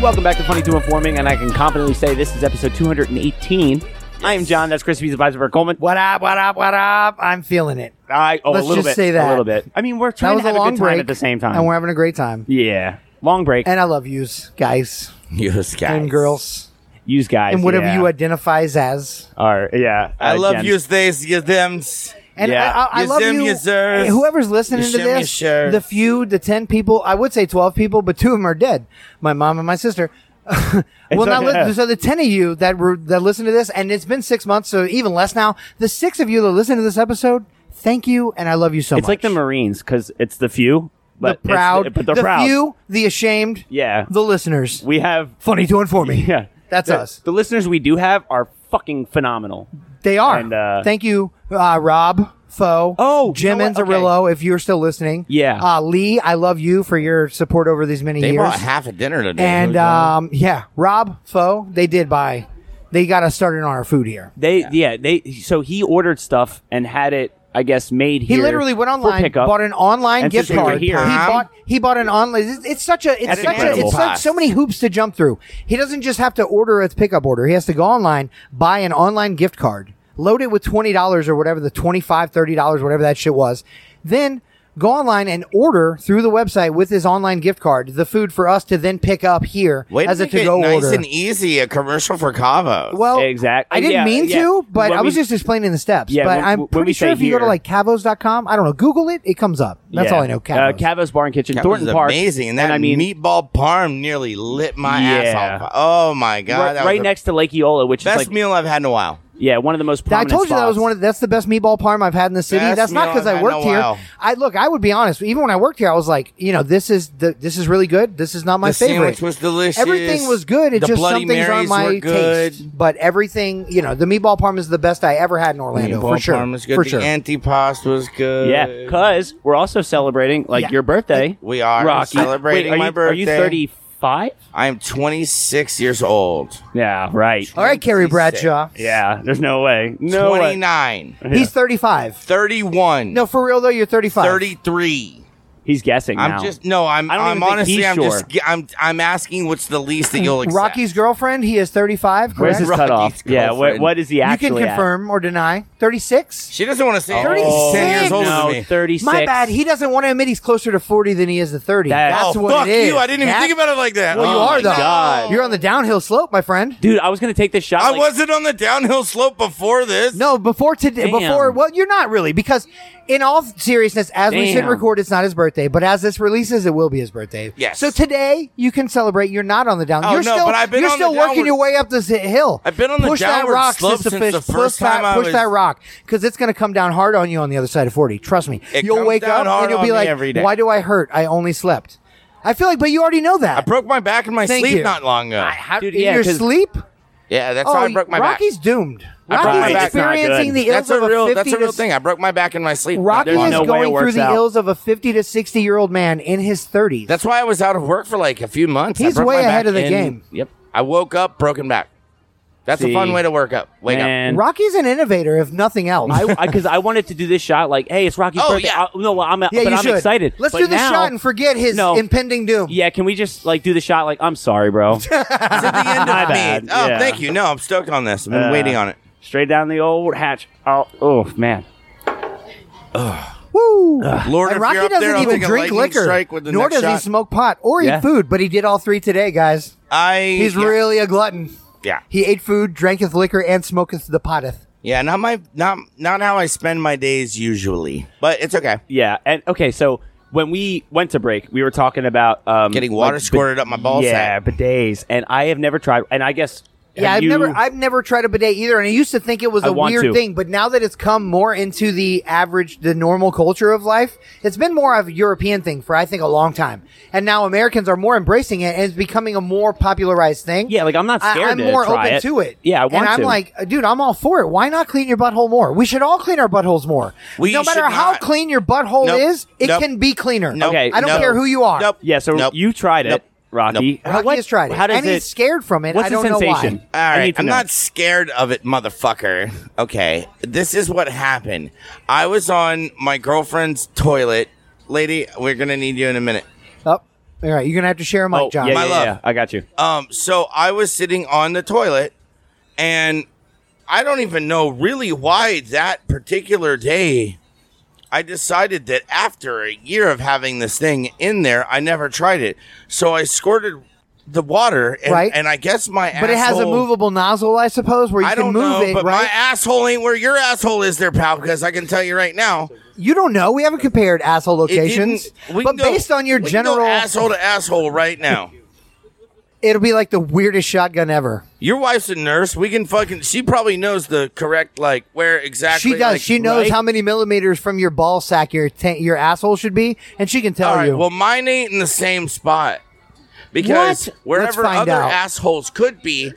Welcome back to Funny Two Informing, and I can confidently say this is episode 218. I am John. That's Chris V's advisor Coleman. What up? What up? What up? I'm feeling it. I, oh, Let's a little just bit. say that. A little bit. I mean, we're That trying was to a have a long good break time at the same time. and we're having a great time. yeah. Long break. And I love yous, guys Yes, guys. and girls, Use guys. and whatever yeah. you identifies as. Are, yeah. I Uh, love Jen. you, theys, you, thems. And Yeah. I, I, I You love zoom, you. you zers. Whoever's listening You to shim, you this, shir. the few, the ten people, I would say twelve people, but two of them are dead. My mom and my sister. well, not okay. li- so the ten of you that were that listen to this, and it's been six months, so even less now. The six of you that listen to this episode, thank you, and I love you so It's much. like the Marines because it's the few, the but it's proud, the, but the, proud. few, the ashamed, Yeah. the listeners. we have. Funny to inform me. Yeah. that's the, us. The listeners we do have are fucking phenomenal. They are. And, uh, Thank you, uh, Rob Foe. Oh, you Jim know what? Anzarillo, if you're still listening. Yeah. Uh, Lee, I love you for your support over these many They years. bought half a dinner today. and uh, um, yeah, Rob Foe, they did buy. They got us started on our food here. They yeah. they so he ordered stuff and had it I guess made He here literally went for online, pickup. bought an online And gift since we were card. here- He bought he bought an online. It's, it's such a it's That's such a, incredible. it's such, so many hoops to jump through. He doesn't just have to order a pickup order. He has to go online, buy an online gift card, load it with twenty dollars or whatever the 25 30 dollars whatever that shit was, then go online and order through the website with his online gift card the food for us to then pick up here Way as to a make it to go nice order. and easy. A commercial for Cavo. Well, Exactly. I didn't Yeah, mean yeah. to, but When I was we- just explaining the steps. Yeah, but when- I'm when pretty we sure say if you go to here- like cavos.com, I don't know, Google it, it comes up. That's Yeah. all I know. Uh, Cavos. Cavo's Bar and Kitchen, That Thornton was Park. amazing, and that and I mean meatball parm nearly lit my Yeah. ass off. Oh my god, right, that was right the next to Lake Eola, which is best like meal I've had in a while. yeah one of the most. I Prominent told you that was spots. one of that's the best meatball parm I've had in the city. Best that's not meal because I've I had worked in a here. while. I look, I would be honest. Even when I worked here, I was like, you know, this is the this is really good. This is not my the favorite. sandwich was delicious. Everything was good. It the just Bloody some things aren't Marys my were good. taste. But everything, you know, the meatball parm is the best I ever had in Orlando Meatball for sure. parm was good. For the sure. antipasto was good. Yeah, because we're also celebrating like Yeah. your birthday. We are Rocky. celebrating Wait, are my you, Are birthday. you thirty five? I am 26 years old. Yeah, right. all right, Carrie Bradshaw. Yeah, there's no way. No way. 29, He's 35. 31, No, for real though, you're 35. 33. He's guessing I'm now. just no. I'm. I don't I'm even think honestly. he's I'm just. sure. I'm. I'm asking. What's the least that you'll accept? Rocky's girlfriend, he is 35, Where's correct? his Rocky's cutoff? Yeah, what, girlfriend. what is he you actually can at? confirm or deny. 36? She doesn't want to say. it. 36. She's Ten years older Oh. no, than me. 36. My bad. He doesn't want to admit he's closer to 40 than he is to 30. That- That's oh, what fuck it is. you! I didn't even That- think about it like that. Well, you Oh are, my though. God. You're on the downhill slope, my friend. Dude, I was going to take this shot. I like- wasn't on the downhill slope before this. No, before today, Damn. before, well, you're not really, because in all seriousness, as we sit Damn. and record, it's not his birthday, but as this releases, it will be his birthday. Yes. So today, you can celebrate. You're not on the down. Oh, you're no, still, but I've been you're on the still working downward- your way up this hi- hill. I've been on the push downward that rock, slope sister since the fish. first push time I that, push was- that rock, because it's going to come down hard on you on the other side of 40. Trust me. It you'll comes wake up down hard and you'll on be me like, every day. why do I hurt? I only slept. I feel like, but you already know that. I broke my back in my Thank sleep you. not long ago. How, Dude, in yeah, your 'cause- sleep? yeah, that's how I y- broke my Oh, Rocky's doomed. broke my Rocky's back. experiencing the back. ills That's a of a real. 50 That's a real to- thing. I broke my back in my sleep. Rocky There's is no way it going through works the out. ills of a 50 to 60 year old man in his 30s. That's why I was out of work for like a few months. I He's broke way my ahead back of the in- game. Yep. I woke up broken back. That's See. a fun way to work up. Wake up. Man. Rocky's an innovator, if nothing else. I because I, wanted to do this shot like, hey, it's Rocky's Oh, birthday. yeah. I- no, well, I'm yeah, but you I'm should. excited. Let's But do the now- shot and forget his No. impending doom. Yeah, can we just like do the shot? Like, I'm sorry, bro. It's at the end My of me. bad. Oh, Yeah. thank you. No, I'm stoked on this. I've been Uh, waiting on it. Straight down the old hatch. Oh, oh man. Woo! Lord, and if Rocky you're up doesn't there, I'll even take a drink lightning liquor, strike with the nor next does he shot. smoke pot or Yeah. eat food, but he did all three today, guys. I. He's yeah. really a glutton. Yeah. He ate food, dranketh liquor, and smoketh the poteth. Yeah. Not my. Not not how I spend my days usually. But it's okay. Yeah, and okay, so when we went to break, we were talking about um, Getting water bi- squirted up my ball Yeah, sack. bidets, and I have never tried. And I guess Yeah, have I've you- never I've never tried a bidet either, and I used to think it was I a want weird to. thing, but now that it's come more into the average, the normal culture of life, it's been more of a European thing for I think a long time, and now Americans are more embracing it, and it's becoming a more popularized thing. Yeah, like, I'm not scared I, am to more try open it. to it. Yeah, I want and I'm to. like, dude, I'm all for it. Why not clean your butthole more? We should all clean our buttholes more. We no matter should how not. clean your butthole Nope. is, it Nope. can be cleaner. Nope. Okay, I don't nope. care who you are. Nope. Yeah, so Nope. you tried it, Nope. Rocky. Nope. How- Rocky what- has tried it, How does and it? he's scared from it. What's I don't the know why. sensation? All I right, need to I'm know. not scared of it, motherfucker. Okay, this is what happened. I was on my girlfriend's toilet. Lady, we're gonna need you in a minute. Oh, all right, you're gonna have to share a mic, Oh, John. yeah, My yeah, love. yeah, I got you. Um, so I was sitting on the toilet, and I don't even know really why that particular day. I decided that after a year of having this thing in there, I never tried it. So I squirted the water, and, Right. and I guess my But it has a asshole- movable nozzle, I suppose, where you I can don't move know, it, but my right? asshole ain't where your asshole is, there, pal. Because I can tell you right now, you don't know. We haven't compared asshole it locations. didn't- we But can go- based on your we can go general, asshole to asshole right now. it'll be like the weirdest shotgun ever. Your wife's a nurse. We can fucking. She probably knows the correct like where exactly. she does. like, she knows right? how many millimeters from your ball sack your ta- your asshole should be, and she can tell All right. you. Well, mine ain't in the same spot What? because Let's wherever find other out. assholes could be,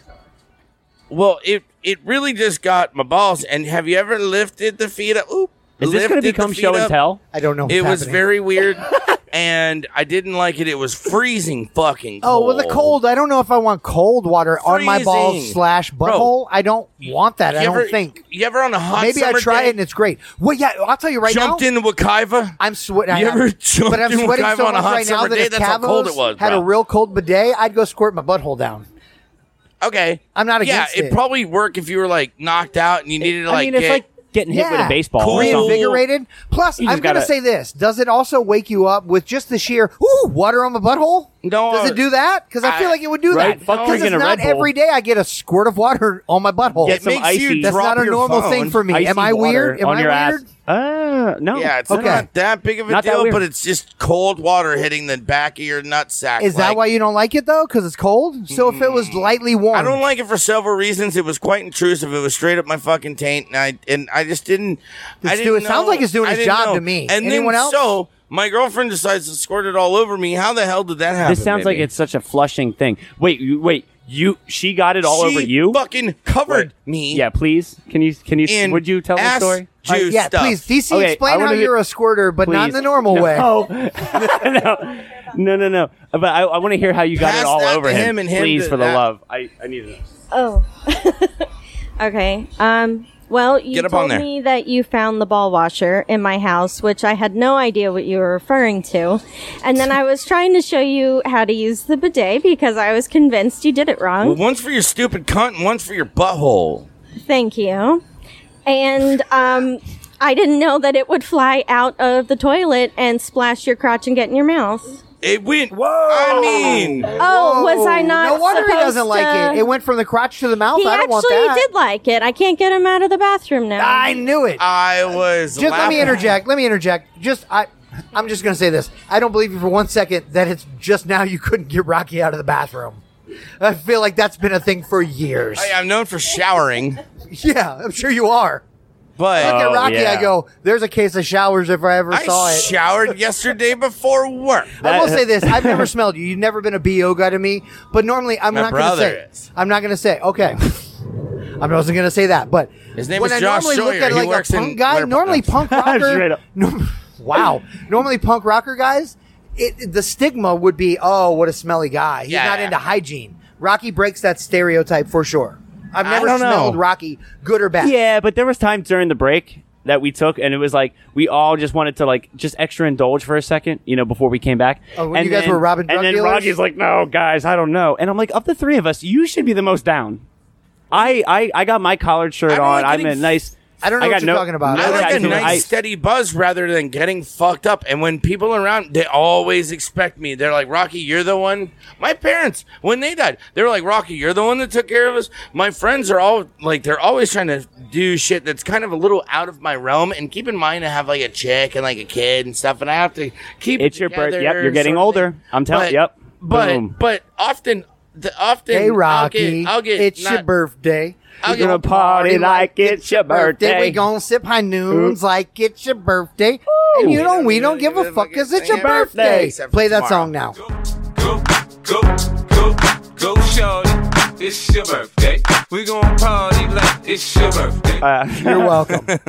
well, it it really just got my balls. And have you ever lifted the feet up? Oop. Is this going to become show and tell? I don't know. What's It was happening. very weird, and I didn't like it. It was freezing fucking. Oh Cold. well, the cold. I don't know if I want cold water on my balls Freezing. slash butthole. I don't want that. You I don't ever- think. you ever on a hot Maybe I summer try day it and it's great. Well, yeah, I'll tell you right now. jumped into Wakiva. I'm sweating. You ever jumped but I'm in with sweating Kyve so on a much hot right now summer that day? if That's how cold it Cavos was, had a bro. real cold bidet, I'd go squirt my butthole down. okay, I'm not yeah, against it. it. probably work if you were like knocked out and you needed to like. I mean, it's get- like getting hit with a baseball. Cool. or something. Reinvigorated. Plus, You just I'm going to gotta- say this: Does it also wake you up with just the sheer ooh water on my butthole? No, Does it do that? Because I, feel I- like it would do Right? that. Fuck Because drinking it's a not Red Bull. every day I get a squirt of water on my butthole. it some makes icy- you That's That's drop not a your normal phone. thing for me. Icy Am I water weird? Am on I your weird? ass? Uh, no. Yeah, it's okay. not that big of a Not that deal, weird. but it's just cold water hitting the back of your nut sack. Is that like- why you don't like it though? Because it's cold. So if it was Mm. lightly warm, I don't like it for several reasons. It was quite intrusive. It was straight up my fucking taint, and I and I just didn't. I It's didn't doing- it sounds know- like it's doing I its didn't job know. to me. And Anyone then else? so my girlfriend decides to squirt it all over me. How the hell did that happen? This sounds like baby? it's such a flushing thing. Wait, you, wait. You she got it all She over you. Fucking covered me. Yeah, please. Can you can you In would you tell the ass story? juice Uh, yeah, stuff. please, DC, Okay, I explain how wanna- you're a squirter, but not in Please. the normal no. way. no. no, no, no. But I, I want to hear how you got Pass it all that over to him and him please, to for the that. love. I, I need to know. Oh. okay. Um. Well, you Get up on told there. me that you found the ball washer in my house, which I had no idea what you were referring to. And then I was trying to show you how to use the bidet because I was convinced you did it wrong. Well, one's for your stupid cunt, and one's for your butthole. Thank you. And um, I didn't know that it would fly out of the toilet and splash your crotch and get in your mouth. It went. Whoa! I mean, Oh, was I not? No wonder he supposed doesn't like to- it. It went from the crotch to the mouth. He I don't actually want that. did like it. I can't get him out of the bathroom now. I knew it. I was. just let me laughing. interject. Let me interject. Just I, I'm just gonna say this. I don't believe you for one second that it's just now you couldn't get Rocky out of the bathroom. I feel like that's been a thing for years. Hey, I'm known for showering, yeah, I'm sure you are. but Look at Rocky. yeah. I go. There's a case of showers if Oh, I ever saw I it. showered yesterday before work. I will say this: I've never smelled you. You've never been a bo guy to me. But normally, I'm My not going to brother say. is. I'm not going to say. Okay, I wasn't going to say that. But His name when is I Josh normally look Sawyer. at He like works a in punk guy, Blair- normally punk rocker. Straight up. no- wow, normally punk rocker guys. It, the stigma would be, oh, what a smelly guy. He's Yeah. not into hygiene. Rocky breaks that stereotype for sure. I've never don't know. smelled Rocky, good or bad. Yeah, but there was times during the break that we took, and it was like we all just wanted to like just extra indulge for a second, you know, before we came back. Oh, when and you guys were robbing drug and then dealers? Rocky's like, "No, guys, I don't know." And I'm like, "Of the three of us, you should be the most down." I I, I got my collared shirt I don't on. like I'm a getting- nice. I don't know I what got you're no- talking about. no I like a tattoo. nice I- steady buzz rather than getting fucked up. And when people around, they always expect me. They're like, Rocky, you're the one. My parents, when they died, they were like, Rocky, you're the one that took care of us. My friends are all like, they're always trying to do shit that's kind of a little out of my realm. And keep in mind, I have like a chick and like a kid and stuff, and I have to keep. It's it your birth- together yep, you're getting sort of older. thing. I'm telling- But- yep. But Boom. but often. The, often Hey, I'll get- Rocky. I'll get, it's your not- birthday. I'll We get- gonna party like it's your birthday. We gonna sip high noons like it's your birthday. And you know we don't give a fuck 'cause it's your birthday. Except for Play that tomorrow. song now. Go, go, go, go, shorty. It's your birthday. We gon' party like it's your birthday. You're welcome.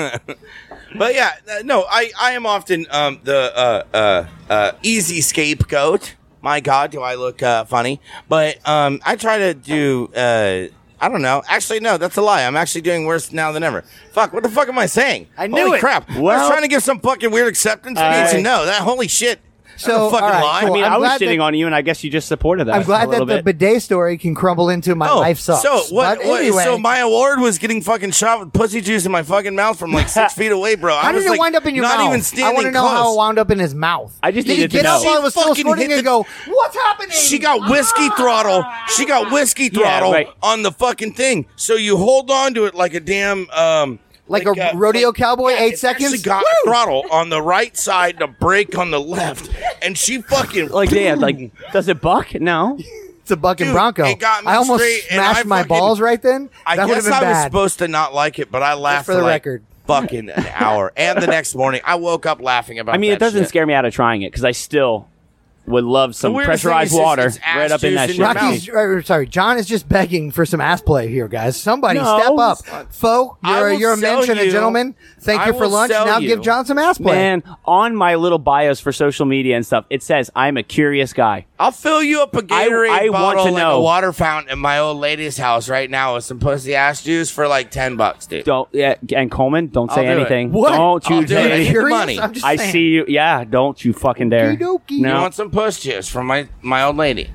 But yeah, uh, no, I, I am often um, the uh, uh, uh, easy scapegoat. My God, do I look uh, funny? But um, I try to do. Uh, I don't know. Actually, no, that's a lie. I'm actually doing worse now than ever. Fuck, what the fuck am I saying? I knew holy it. crap. I Well- was trying to give some fucking weird acceptance speech, and no, that holy shit. So, that's a fucking all right, lie. cool. I mean, I'm I was glad shitting that- on you, and I guess you just supported that. I'm a glad that little the bit. bidet story can crumble into my Oh, life sucks. So what, But what- anyway, So my award was getting fucking shot with pussy juice in my fucking mouth from like six feet away, bro. I how did was, it like, wind up in your mouth? not Not even I standing want to know close. how it wound up in his mouth. I just Did needed to he get know. up while it was still Fucking squirting hit the- and go, "What's happening?" She got whiskey throttle. She got whiskey Yeah, throttle right. on the fucking thing. So you hold on to it like a damn um Like a rodeo cowboy, eight it's actually seconds? Got a throttle on the right side, the brake on the left, and she fucking like, damn, like, does it buck? No. It's a bucking Dude, Bronco. it got me I almost straight, and I smashed my fucking- balls right then. I that would have guess been I was bad. supposed to not like it, but I laughed for the like record. fucking an hour. And the next morning, I woke up laughing about. I mean, it that doesn't shit. scare me out of trying it because I still would love some weirdest thing is pressurized just water it's ass right up in juice that in shit. your Rocky's or, er, sorry, John is just begging for some ass play here, guys. Somebody No. step up. Fo, I you're, will you're a sell mention, a you. gentleman. Thank I you for will lunch. sell Now you. give John some ass play. Man, on my little bios for social media and stuff, it says I'm a curious guy. I'll fill you up a I- Gatorade I want bottle to like know. a water fountain at my old lady's house right now with some pussy ass juice for like ten bucks, dude. Don't yeah, and Coleman, don't say I'll do it. anything. What? Oh, Don't you I'll do say it. anything. Here- Curious? money. I'm just I saying. see you. Yeah, don't you fucking dare. Okey-dokey. You No. want some puss juice from my my old lady?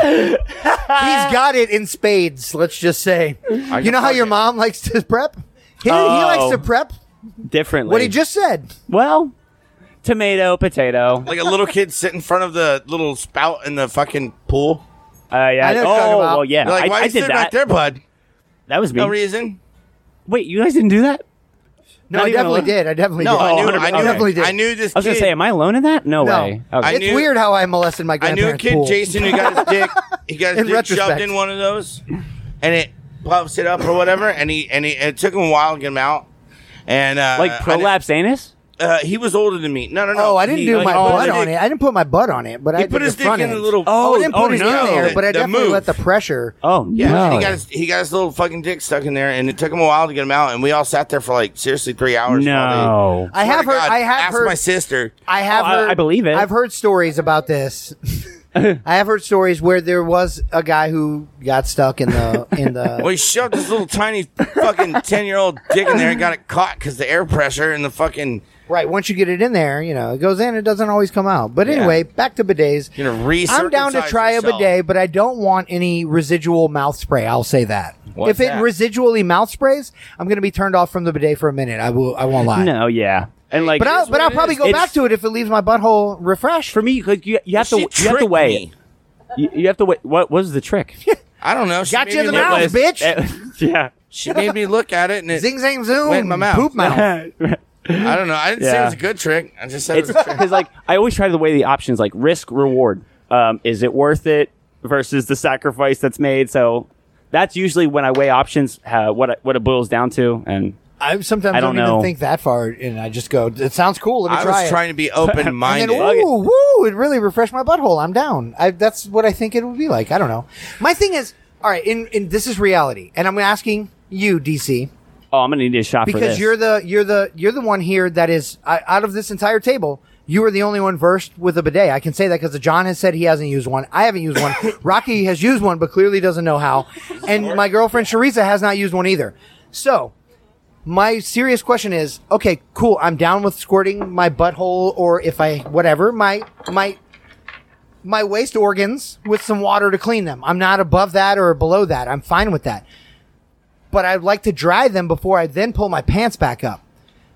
He's got it in spades. Let's just say. You know how fuck your it. mom likes to prep. He, he Oh. likes to prep. Differently. What he just said. Well, tomato, potato. like a little kid sit in front of the little spout in the fucking pool. Uh, yeah. I know what you're talking oh, about. well, yeah. You're like, I, why I you did sitting that. right there, bud? That was me. No reason. Wait, you guys didn't do that? No, Not I even a definitely little- did. I definitely No, did. I knew. I 100%. Oh, knew. I definitely did. I knew this. I was kid, gonna say, am I alone in that? No, No. way. Okay. I it's knew- weird how I molested my I knew a grandparents' kid, pool. Jason, who got his dick. He got his In dick retrospect. shoved in one of those, and it pops it up or whatever. And he and he, it took him a while to get him out. And uh, like I didn't- prolapse anus? Uh, he was older than me. No, no, no. Oh, I didn't He- do like, my put butt his on dick- it. I didn't put my butt on it, but He I put did his the dick front in a end. little. Oh, Oh, I didn't put oh, his no. in there, but I The definitely move. let the pressure. Oh Yeah, and no. he got his he got his little fucking dick stuck in there, and it took him a while to get him out. And we all sat there for like seriously three hours. while no. they- I have Swear heard. to God, I have ask heard. my sister. I have Oh, I- heard. I believe it. I've heard stories about this. I have heard stories where there was a guy who got stuck in the in Well, the. he shoved his little tiny fucking 10 year old dick in there and got it caught because the air pressure and the fucking. right once you get it in there, you know it goes in. It doesn't always come out. But anyway, back to bidets. You're gonna recircumcise I'm down to try yourself. a bidet, but I don't want any residual mouth spray. I'll say that. What's if it that? residually mouth sprays, I'm going to be turned off from the bidet for a minute. I will. I won't lie. No, yeah, and like, But I'll, but I'll probably go It's- back to it if it leaves my butthole refreshed. For me, like you, you have to, She you have to tricked weigh me. it. You, you have to wait. What was the trick? I don't know. She Got made you in me the look- mouth, it was- It- bitch. yeah. She made me look at it and it, Zing zang zoom. Went in my mouth. Poop mouth. I don't know. I didn't say it Yeah. was a good trick. I just said It's it was a trick. because like I always try to weigh the options, like risk reward. Um, is it worth it versus the sacrifice that's made? So that's usually when I weigh options, uh, what I, what it boils down to, and I sometimes I don't, don't even know. think that far, and I just go. It sounds cool. Let me I try was it. trying to be and open-minded. then, ooh, woo, it really refreshed my butthole. I'm down. I, that's what I think it would be like. I don't know. My thing is, all right, in, in this is reality, and I'm asking you, DC, oh, I'm gonna need a shot for because this. you're the you're the you're the one here that is I, out of this entire table. You are the only one versed with a bidet. I can say that because John has said he hasn't used one. I haven't used one. Rocky has used one, but clearly doesn't know how. And my girlfriend Shariza has not used one either. So, my serious question is: Okay, cool. I'm down with squirting my butthole, or if I whatever my my my waste organs with some water to clean them. I'm not above that or below that. I'm fine with that but I'd like to dry them before I then pull my pants back up.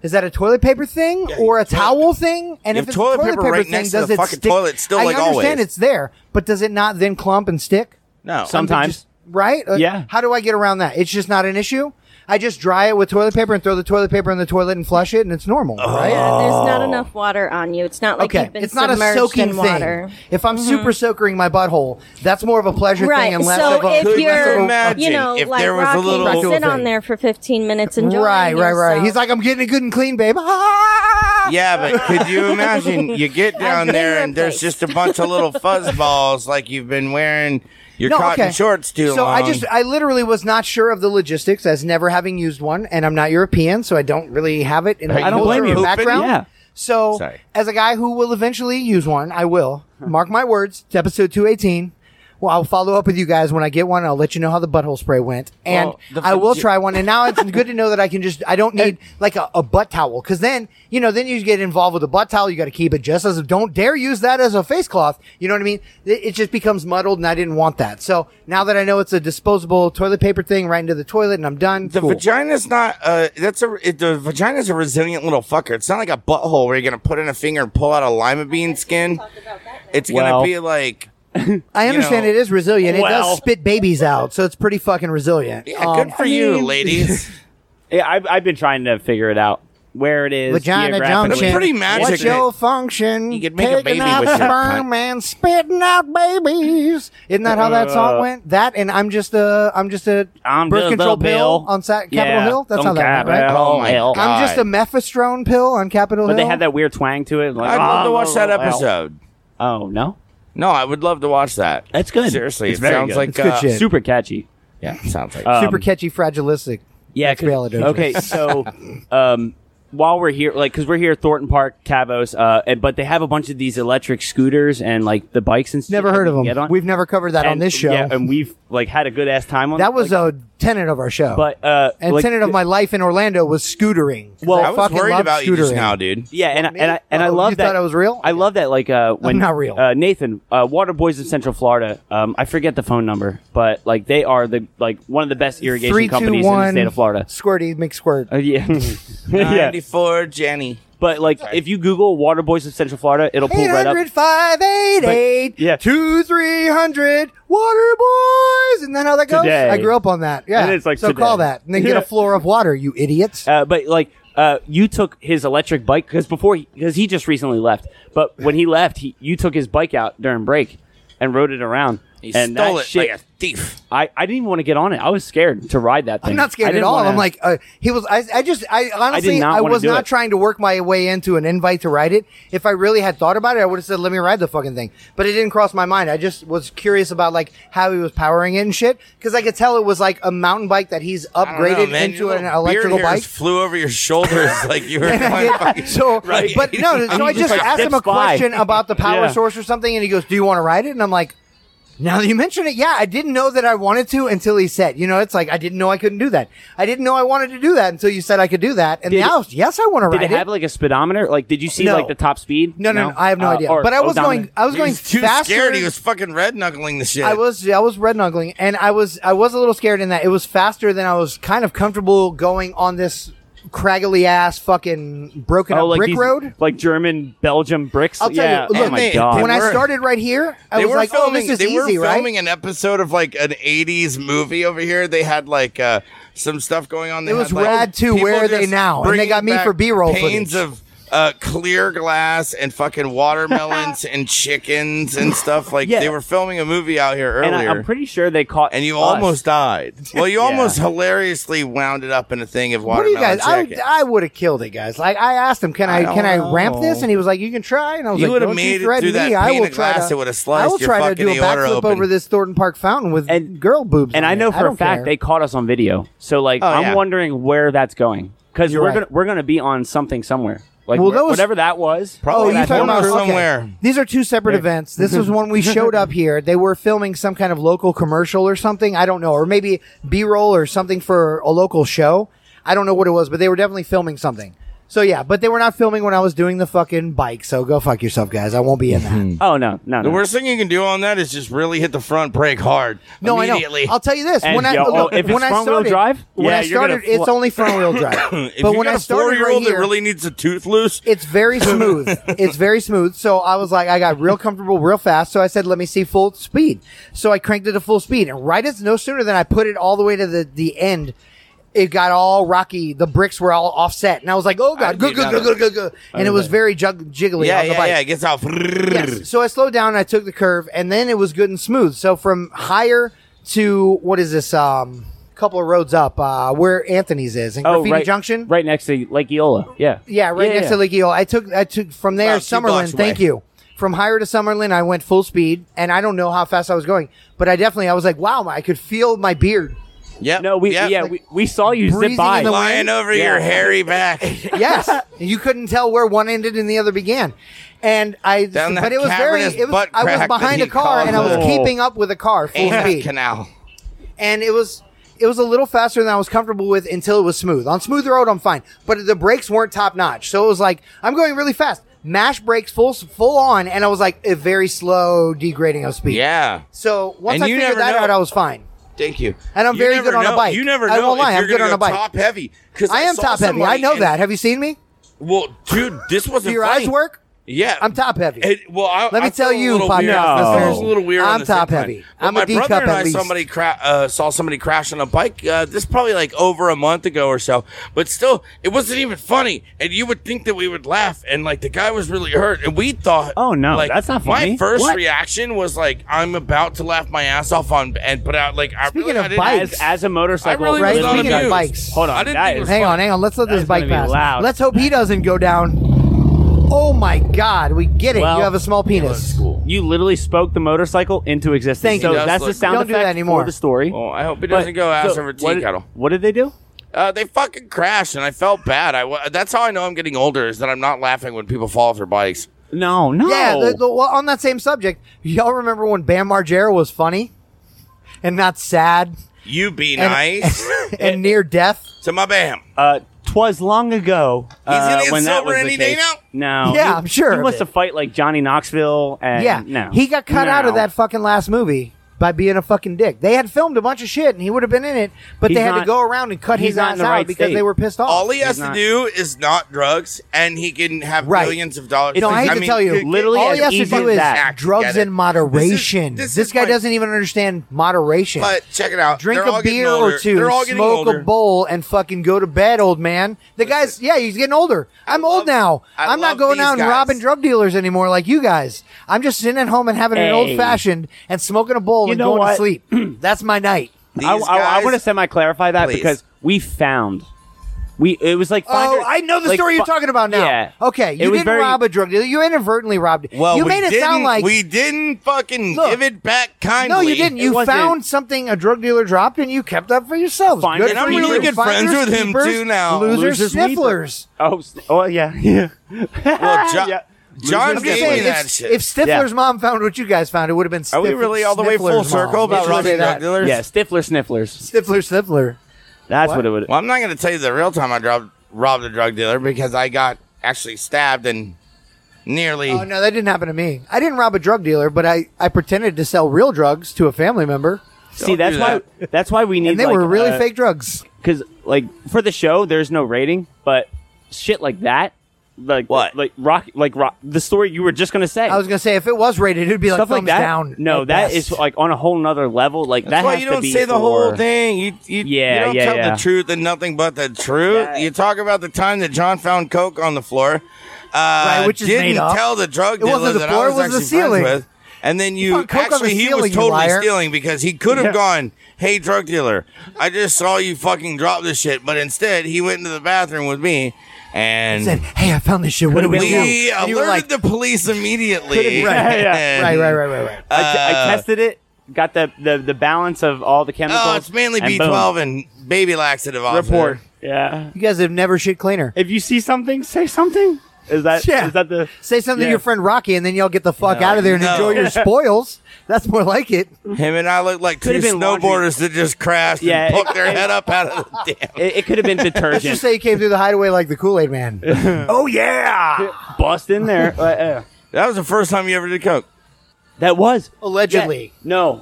Is that a toilet paper thing or a towel thing? And You if have it's toilet a toilet paper paper, right thing, next to does the it fucking stick? toilet still I like understand always. it's there, but does it not then clump and stick? No. Some- Sometimes. Just- right? Uh, Yeah. How do I get around that? It's just not an issue. I just dry it with toilet paper and throw the toilet paper in the toilet and flush it, and it's normal, Oh, right? Oh, Yeah, there's not enough water on you. It's not like Oh. Okay, you've been it's not a submerged soaking in thing. water. Mm-hmm. If I'm super soaking my butthole, that's more of a pleasure Right. thing, and less so of a if Could you less of you're, a- imagine you know, if like there was a Rocky, little- sit on thing. there for 15 minutes and right, right, right. He's like, I'm getting it good and clean, babe. Ah, Yeah, but could you imagine? You get down been there and there's replaced. just a bunch of little fuzz balls like you've been wearing your cotton shorts too so long. I just I literally was not sure of the logistics as never having used one, and I'm not European, so I don't really have it in my I don't culture blame or you. Pooping? background. Yeah. So Sorry. as a guy who will eventually use one, I will mark my words. To episode two eighteen. Well, I'll follow up with you guys when I get one. I'll let you know how the butthole spray went, and Well, the- I will try one. And now it's good to know that I can just I don't need like a, a butt towel because then you know then you get involved with a butt towel. You got to keep it just as don't dare use that as a face cloth. You know what I mean? It, it just becomes muddled, and I didn't want that. So now that I know it's a disposable toilet paper thing, right into the toilet, and I'm done. the cool. vagina's not. Uh, that's a. It, the vagina's a resilient little fucker. It's not like a butthole where you're gonna put in a finger and pull out a lima bean skin. It's Well- gonna be like I understand know, it is resilient. it well- does spit babies out, so it's pretty fucking resilient. Um, Yeah, good for you, ladies. yeah, I've, I've been trying to figure it out where it is. Vagina geographically. junction. It's pretty magic What's your that function? you could make a Taking baby out with your sperm and spitting out babies. Isn't that how that song Uh, went? That and I'm just a I'm just a I'm birth just a control pill, pill. on Sa- Capitol Yeah, Hill. That's on how that went, right? Capitol Oh my Hill. God. I'm just a mephistrone pill on Capitol But Hill. they had that weird twang to it. Like, I'd love to oh, watch that well. episode. Oh no, No, I would love to watch that. that's good. Seriously, It's it very sounds good. Uh, like It's good uh, shit. super catchy. Yeah, it sounds like super catchy, fragilistic. Yeah, That's 'cause- relative. Okay, so um, while we're here, like, because we're here at Thornton Park, Cavos, uh, and, but they have a bunch of these electric scooters and like the bikes and stuff. Never that heard we of can get them. on. We've never covered that on And- this show. yeah, and we've like had a good ass time on that was like, a tenet of our show. but uh, and like, tenet of th- my life in Orlando was scootering. Well, I was fucking worried love about you just scootering. now, dude. Yeah, and I, me? and I and I Oh, love you that. thought I was real? I love that. Like uh, when not real. Uh, Nathan, uh, Water Boys of Central Florida. Um, I forget the phone number, but like they are the like one of the best irrigation Three, two, companies in one, the state of Florida. Squirty, McSquirt. Uh, yeah, yeah. 94 Jenny. But like if you Google Water Boys of Central Florida, it'll pull right up. 800 588 But- yeah. 2300 Water Boys. Isn't that how that goes? Today. I grew up on that. Yeah. And it's like so today. call that and then get a floor of water, you idiots. Uh, but like uh, you took his electric bike because before because he, just recently left. But when he left, he, you took his bike out during break and rode it around. He and stole that it shit, like a thief. I, I didn't even want to get on it. I was scared to ride that thing. I'm not I scared at didn't all. wanna- I'm like, uh, he was. I, I just, I honestly, not I, wanna was do not it. trying to work my way into an invite to ride it. If I really had thought about it, I would have said, "Let me ride the fucking thing." But it didn't cross my mind. I just was curious about like how he was powering it and shit because I could tell it was like a mountain bike that he's I don't know, upgraded man. into Your an little beard electrical hairs bike. flew over your shoulders like you were. going fucking- so, Right. but no, so I just just like asked him a zips by. question about the power Yeah. source or something, and he goes, "Do you want to ride it?" And I'm like, "Now that you mention it, yeah, I didn't know that I wanted to until he said. You know, it's like I didn't know I couldn't do that. I didn't know I wanted to do that until you said I could do that. And Did now, it- yes, I want to Did ride it it. have like a speedometer? Like, did you see No. like the top speed? no, no, no, I have no Uh, idea. or But I was going, odometer. I was He going was too faster. scared. He was fucking red knuckling the shit. I was I was red knuckling, and I was I was a little scared in that it was faster than I was kind of comfortable going on this craggly ass fucking broken oh, up like brick these- road. like German Belgium bricks. I'll tell yeah. you, oh look, my they- god. when I were- started right here, I They was were like, filming. "Oh, this is they easy, were right?" filming an episode of like an '80s movie over here. They had like uh, some stuff going on. They It was had, like, rad, too. people Where are they just now? And they bringing got me back for B-roll Panes footage. of uh, clear glass and fucking watermelons and chickens and stuff. Like Yeah. they were filming a movie out here earlier. and I, I'm pretty sure they caught. and you us. almost died. Well, you almost hilariously wound it up in a thing of What do you watermelon guys? I, chicken. I would have killed it, guys. Like I asked him, "Can I, don't can I know. ramp this?ch?" And he was like, "You can try." And I was Oh. You like, would've "Don't made it you threaten through that me. I pane will of try glass, to, it would've I sliced will your try to fucking do a aorta backflip open. over this Thornton Park fountain with And- girl boobs. And on I it. know for a don't fact care. they caught us on video. So like, I'm Oh, yeah. wondering where that's going because You're we're right. gonna we're gonna be on something somewhere. Like Well, where- those- whatever that was. Probably oh, you that talking corner about okay. somewhere. These are two separate events. This was when we showed up here. They were filming some kind of local commercial or something. I don't know, or maybe B roll or something for a local show. I don't know what it was, but they were definitely filming something. So yeah, but they were not filming when I was doing the fucking bike. So go fuck yourself, guys. I won't be in that. Oh no, no, The no. worst thing you can do on that is just really hit the front brake hard. No, I know. immediately. I'll tell you this: And when I yo- oh, look, if it's when I front-wheel started, drive, when yeah, I you're gonna started, it's fly- only front wheel drive. If but you when I got a started right four-year-old here, that really needs a tooth loose, It's very smooth. it's very smooth. So I was like, I got real comfortable real fast. So I said, let me see full speed. So I cranked it to full speed. And right as no sooner than I put it all the way to the, the end, it got all rocky. The bricks were all offset. And I was like, oh God, good, did good, not good, good, good, good. And it was very jug- jiggly yeah, on the yeah, bike. yeah, it gets out. Yes. So I slowed down and I took the curve and then it was good and smooth. So from higher to what is this? Um, couple of roads up, uh, where Anthony's is in Oh, Graffiti right, Junction. right next to Lake Eola. Yeah, Yeah, right next to Lake Eola. I took I took from there About two blocks Summerlin. Thank away. you. From higher to Summerlin, I went full speed, and I don't know how fast I was going, but I definitely I was like, wow, I could feel my beard. Yep. No, we yep. yeah we, we saw you Breezing zip by. in the wind. lying over your hairy back Yes, you couldn't tell where one ended and the other began, and I. Down that but it was very. cavernous It was, butt I was crack that behind he a car, and I was calls a- keeping up with a car full anus speed. canal. and it was it was a little faster than I was comfortable with until it was smooth. On smooth road, I'm fine, but the brakes weren't top notch, so it was like I'm going really fast, mash brakes full full on, and I was like a very slow degrading of speed. Yeah. So once And I you figured never that know. out, I was fine. Thank you. And I'm You very never good on a know. bike. You never know. I won't if lie, you're I'm good gonna on a go bike. Top heavy. 'Cause I am saw top heavy. I somebody know and- that. Have you seen me? Well, dude, this wasn't. Do your funny. eyes work? Yeah, I'm top heavy. It- well, I, Let me I tell felt a you, little podcast weird. listeners, I was a little weird. I'm on the top zip line. heavy. But I'm a my D brother cup and at I least. somebody cra- uh, saw somebody crash on a bike. Uh, this probably like over a month ago or so, but still, it wasn't even funny. And you would think that we would laugh, and like the guy was really hurt, and we thought, Oh, no, like, that's not My funny. first What? reaction was like, I'm about to laugh my ass off on, and but I like, I Speaking really, of I didn't- bikes, as, as a motorcycle. I really was literally not got- amused. bikes. Hold on, I didn't that think it is- was Hang fun. on, hang on. Let's let That this is gonna bike be pass. loud. Let's hope he doesn't go down. Oh my God, we get it. Well, you have a small penis. You literally spoke the motorcycle into existence. Thank so you. that's the Look, sound don't do effect that anymore. for the story. Well, I hope he But- Oh, doesn't go ass so over tea what did- kettle. What did they do? Uh, they fucking crashed, and I felt bad. I wa- that's how I know I'm getting older is that I'm not laughing when people fall off their bikes. No, no. Yeah, the, the, well, on that same subject, y'all remember when Bam Margera was funny and not sad You be And- Oh, nice Eh, and near death? to my bam. uh, twas long ago. He's gonna uh, get when that sober was the any day case. No. Yeah, he- I'm sure He of wants it. to fight like Johnny Knoxville. And yeah, eh, no, he got cut out of No. that fucking last movie by being a fucking dick. They had filmed a bunch of shit and he would have been in it, but He's they had to not- go around and cut he's his not ass in the out right because state. they were pissed off. All he has He's not- to do is not drugs, and he can have Right. millions of dollars. no, I hate to tell you, could- literally all as he has to easy do as is that. drugs Together. in moderation. This This, is- this is guy my- doesn't even understand moderation. But check it out. Drink Uh, They're all a getting beer older. or two, They're all getting smoke older. a bowl, and fucking go to bed, old man. The guy's, yeah, he's getting older. I'm old love- now. I I'm not love going these out and guys. robbing drug dealers anymore like you guys. I'm just sitting at home and having an Hey. old fashioned and smoking a bowl hole You and know going to what? sleep. That's my night. These I, I, guys- want to semi clarify that Please. because we found we it was like Oh, finder- I know the like story you're fi- talking about now. Yeah. Okay, you it was didn't very, rob a drug dealer. You inadvertently robbed it. Well, you we made it sound didn't- like we didn't fucking Look. give it back kindly. no, you didn't. It You wasn't- found something a drug dealer dropped, and you kept up for yourselves. Fine. Good And for I'm you. really good Finders, friends with him, keepers, too, now. losers, Losers, snifflers. Oh, s- oh yeah, yeah. Well, Jo- Yeah. John I'm I'm gave just me saying, that if, shit. if Stifler's mom found what you guys found, it would have been. Are we Stif- really all the way full Sniffler's circle mom. about Let's just robbing say drug that. dealers? yeah, Stifler snifflers. Stifler, Stifler. That's What? what, it would. Well, I'm not going to tell you the real time I dropped, robbed a drug dealer because I got actually stabbed and nearly. Oh no, that didn't happen to me. I didn't rob a drug dealer, but I, I pretended to sell real drugs to a family member, See, Don't that's do why that's why we need. and they like, were really uh, fake drugs. because like for the show there's no rating but shit like that like What? like rock like rock the story you were just gonna say I was gonna say if it was rated, it'd be like stuff thumbs like that down. no at that best. is like on a whole nother level like That's that why has you to don't be say the whole for- thing. You, you, you Yeah, don't yeah, tell yeah. the truth and nothing but the truth. Yeah. You talk about the time that John found coke on the floor, uh, which is didn't made up. tell the drug It dealer wasn't the that floor, I it was, was the actually ceiling. friends with. And then you found coke on the actually he ceiling, was you totally liar. stealing because he could have Yeah. gone, "Hey drug dealer, I just saw you fucking drop this shit," but instead he went into the bathroom with me and said, "Hey, I found this shit. What do we been do?" we And alerted you were like, the police immediately. Right, yeah, yeah. And- "Right, right, right, right, right." I, t- Uh, I tested it got the, the the balance of all the chemicals Oh, it's mainly and B12 and baby laxative. boom, Officer. report yeah You guys have never shit cleaner. if you see something say something is that is Yeah. that the Say something to Yeah. your friend Rocky, and then y'all get the fuck out of there and no. enjoy your spoils. That's more like it. Him and I look like Could've two been laundry. snowboarders that just crashed Yeah, and it- poked their it- head up out of the dam. it, it could have been Just detergent say you came through the hideaway like the Kool Aid Man. oh yeah, bust in there Uh, uh, That was the first time you ever did coke. that was allegedly. Yeah. no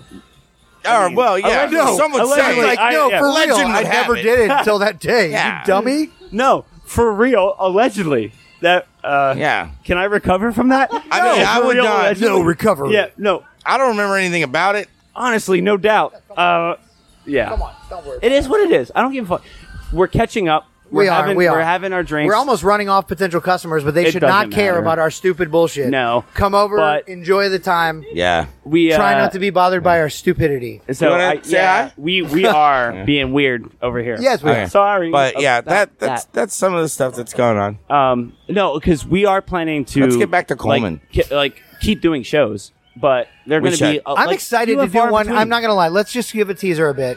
Oh, well, yeah. allegedly- Someone would say, allegedly- Like I- no, yeah. for Legend real, would I have never it. did it until that day. Yeah. You dummy. No, for real, allegedly. That uh yeah. can I recover from that? I mean, I for would not- allegedly. No recovery. Yeah, no. I don't remember anything about it. Honestly, no doubt. Uh yeah. Come on, don't worry. It is what it is. I don't give a fuck. We're catching up. We're We are, having we are. are having our drinks. We're almost running off potential customers, but they It should doesn't not care matter. about our stupid bullshit. No. Come over, But- enjoy the time. Yeah. we uh, Try not to be bothered by our stupidity. so You wanna I, say yeah, hi? we we are being weird over here. Yes, we Okay. are. Sorry. But about yeah, that, that's that. that's some of the stuff that's going on. Um, no, because we are planning to Let's get back to like, Coleman. ke- like keep doing shows, but they're We going to be. should. uh, I'm like, excited few to and far do one. between. I'm not gonna lie. Let's just give a teaser a bit.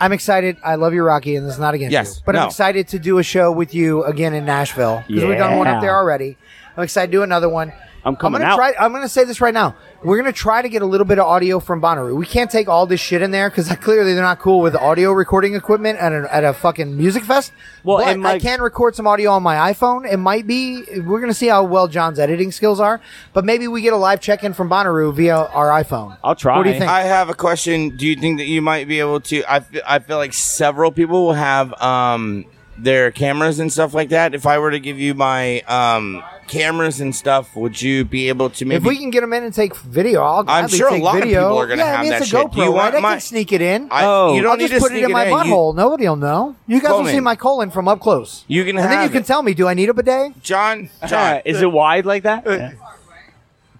I'm excited. I love you, Rocky, and this is not against Yes. you. But No. I'm excited to do a show with you again in Nashville because we've done one up Yeah. there already. I'm excited to do another one. I'm coming gonna out. Try, I'm going to say this right now. We're going to try to get a little bit of audio from Bonnaroo. We can't take all this shit in there because clearly they're not cool with audio recording equipment at a, at a fucking music fest. Well, but and I like- can record some audio on my iPhone. It might be. We're going to see how well John's editing skills are. But maybe we get a live check in from Bonnaroo via our iPhone. I'll try. What do you think? I have a question. Do you think that you might be able to? I fe- I feel like several people will have um their cameras and stuff like that. If I were to give you my um cameras and stuff, would you be able to maybe? If we can get them in and take video, I'll I'm gladly sure a take lot of video. people are gonna yeah, have I mean, that it's a shit. GoPro, You want right? I my- can sneak it in. I- Oh. you don't I'll need just to put it sneak in my You- butthole. Nobody'll know. You guys will Coleman. see my colon from up close. You can and then have you can it. tell me, do I need a bidet? John, John, Alright, Is it wide like that? Yeah.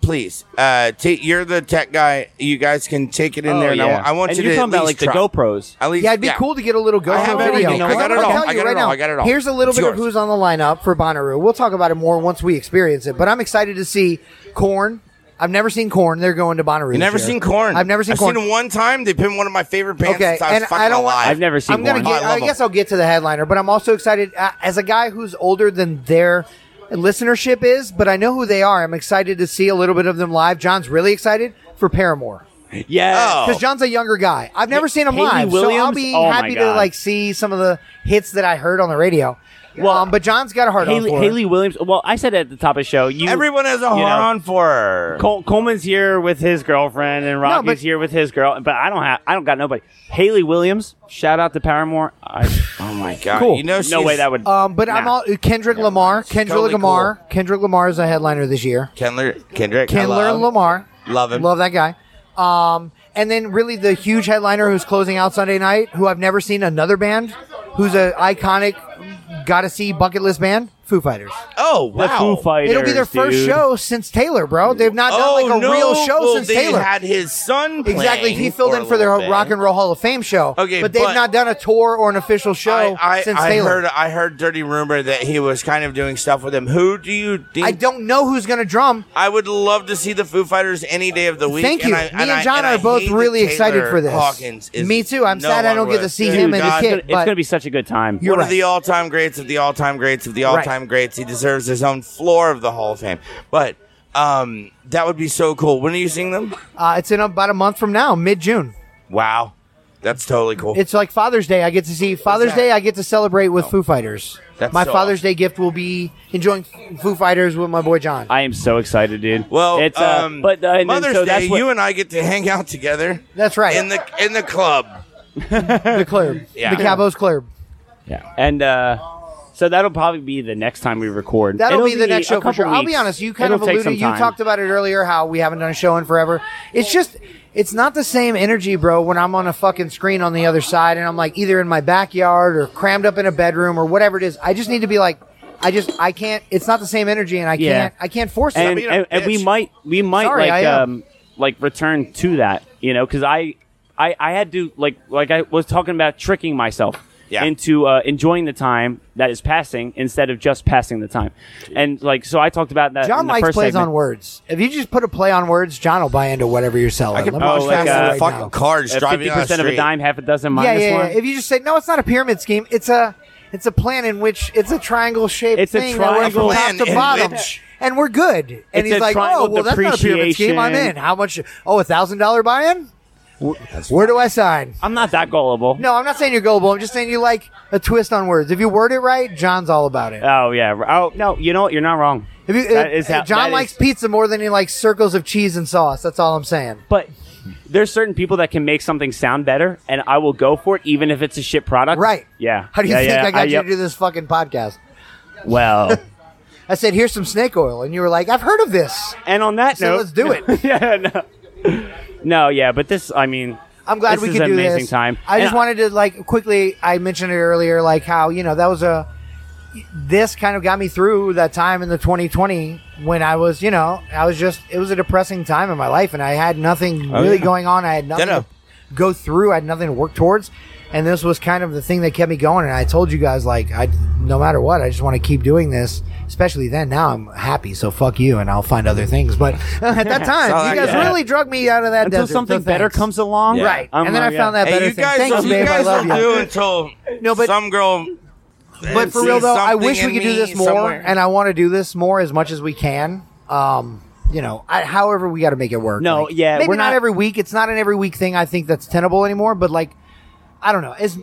please. Uh, ta- you're the tech guy. You guys can take it in Oh, there. And I, wa- I want and you you're to talking at about like least the try. GoPros. At least, Yeah, it'd be yeah. cool to get a little I GoPro have video. everything. I Well, got it I'm gonna all. tell I you got right it all. now, I got it all. Here's a little It's bit yours. of who's on the lineup for Bonnaroo. We'll talk about it more once we experience it. But I'm excited to see Corn. I've never seen Corn. They're going to Bonnaroo. You never seen corn? I've never seen I've corn. seen it one time. They pinned one of my favorite bands Okay, since I was and fucking I don't want- alive. I've never seen I'm gonna one. Oh, I get. love I, 'em. guess I'll get to the headliner, but I'm also excited uh, as a guy who's older than their listenership is, but I know who they are. I'm excited to see a little bit of them live. John's really excited for Paramore yeah. Oh. because John's a younger guy. I've never seen him Hayley live, so I'll Williams? be Oh my happy to God. like see some of the hits that I heard on the radio. Well, um, but John's got a heart on Haley, for. Haley Williams. Well, I said it at the top of the show. You, Everyone has a you horn know, on for her. Col- Coleman's here with his girlfriend, and Rocky's but- here with his girl. But I don't have. I don't got nobody. Haley Williams. Shout out to Paramore. I, Oh my god! Cool. You know, she's, no way that would. Um, but I'm nah. all Kendrick Lamar. Kendrick totally Lamar. Kendrick Lamar is a headliner this year. Kendler, Kendrick, I Kendler love. Lamar. Love him. Love that guy. Um, and then really the huge headliner who's closing out Sunday night, who I've never seen another band, who's a iconic, gotta see bucket list band, Foo Fighters. Oh, Oh, wow. The Foo Fighters. It'll be their first dude. show since Taylor, bro. They've not done Oh, like a no. real show well, since they Taylor. had his son playing Exactly. He filled for in a for their little bit. Rock and Roll Hall of Fame show. Okay, but they've but- not done a tour or an official show I, I, since I Taylor. heard I heard dirty rumor that he was kind of doing stuff with him. Who do you think? I don't know who's going to drum. I would love to see the Foo Fighters any day of the week. Thank you. I, Me and I- John I are both hate that really excited Taylor for this. Hawkins is Me too. I'm no sad I don't longer get to with see us. him and his God, kid. It's but- going to be such a good time. You're One right. of the all-time greats of the all-time greats of the Right. all-time greats. He deserves his own floor of the Hall of Fame. But um, that would be so cool. When are you seeing them? Uh, it's in about a month from now, mid June. Wow, that's totally cool. It's like Father's Day. I get to see Father's that? Day. I get to celebrate with Foo Fighters. That's my so Father's awesome. Day gift will be enjoying Foo Fighters with my boy John. I am so excited, dude. well, it's uh, um, but uh, and then- Mother's so Day, that's what- you and I get to hang out together That's right. in the in the club. the club, Yeah. the Cabos club. yeah, and uh, so that'll probably be the next time we record. That'll It'll be the next a show for couple sure. I'll be weeks. honest. You kind It'll of take some alluded. You time. talked about it earlier how we haven't done a show in forever. It's just, it's not the same energy, bro. When I'm on a fucking screen on the other side, and I'm like either in my backyard or crammed up in a bedroom or whatever it is. I just need to be like, I just, I can't. It's not the same energy, and I Yeah. can't, I can't force it. and, being a and, and we bitch. might we might Sorry, like I uh, am. um like return to that you know because I, I i had to like like i was talking about tricking myself Yeah. into uh, enjoying the time that is passing instead of just passing the time and like so i talked about that in John the likes first plays segment. on words. If you just put a play on words, John will buy into whatever you're selling. I could Let me punch Oh, tell like, you uh, right fucking now. cars Uh, driving on 50% the of a street. dime half a dozen yeah, minus yeah, yeah. one If you just say no, it's not a pyramid scheme. It's a it's a plan in which it's a triangle shaped It's a thing that went from triangle top to in bottom. which- And we're good. It's And he's a like, oh, triangle well, that's not a pyramid scheme. I'm in. depreciation. How much? Oh, a thousand dollar buy-in. Wh- Where do I sign? i'm not that gullible No, I'm not saying you're gullible. I'm just saying you like a twist on words. If you word it right, John's all about it. oh yeah oh no you know what you're not wrong If you, That uh, is how- John that likes is- pizza more than he likes circles of cheese and sauce. That's all I'm saying. but there's certain people that can make something sound better and i will go for it even if it's a shit product Right. yeah How do you Yeah, think yeah. Uh, I got you yep. to do this fucking podcast? well I said, here's some snake oil. And you were like, I've heard of this. And on that So note, let's do it. yeah, no. no, yeah, but this, I mean, I'm glad this we is could an do amazing this. time. I just And wanted to like quickly. I mentioned it earlier, like how you know that was a. This kind of got me through that time in the 2020 when I was, you know, I was just it was a depressing time in my life, and I had nothing Oh, really yeah. going on. I had nothing Ditto. to go through. I had nothing to work towards, and this was kind of the thing that kept me going. And I told you guys, like, I no matter what, I just want to keep doing this. Especially then, now I'm happy, so fuck you, and I'll find other things. But at that time, Sound like you guys that. really drug me out of that uh, Until desert, so something better thanks. comes along, Yeah. Right. I'm and then I like, found yeah. that better Hey, you thing. guys, Thanks, you babe. I guys love will do you. until No, but- some girl. But for sees real though, I something wish we in could do me this more, somewhere. and I want to do this more as much as we can. Um, you know, I, however, we got to make it work. No, Like, yeah, maybe we're not, not- every week. It's not an every week thing. I think that's tenable anymore. But like, I don't know. It's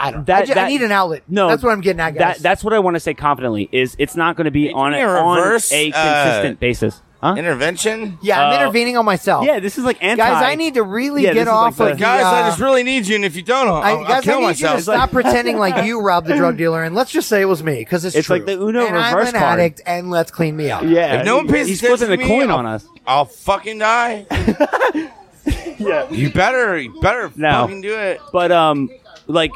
I don't. I, That- ju- I that- need an outlet. No, that's what I'm getting at. Guys. That, that's what I want to say confidently is it's not going to be on me a, a on a reverse, consistent uh, basis. Huh? Intervention? yeah, I'm Oh. intervening on myself. yeah, this is like anti. guys, I need to really Yeah, this get is like off the- of the, Guys, I uh, just really need you, and if you don't, I'll, I, I'll guys, I kill need you myself. to stop pretending like you robbed the drug dealer, and let's just say it was me because it's, It's true. like the Uno and I'm reverse an card. addict, and let's clean me up. Yeah, If no one pays he's attention flipping to the me, coin I'll- on us. I'll fucking die. yeah. You better, you better No. fucking do it. But um, like,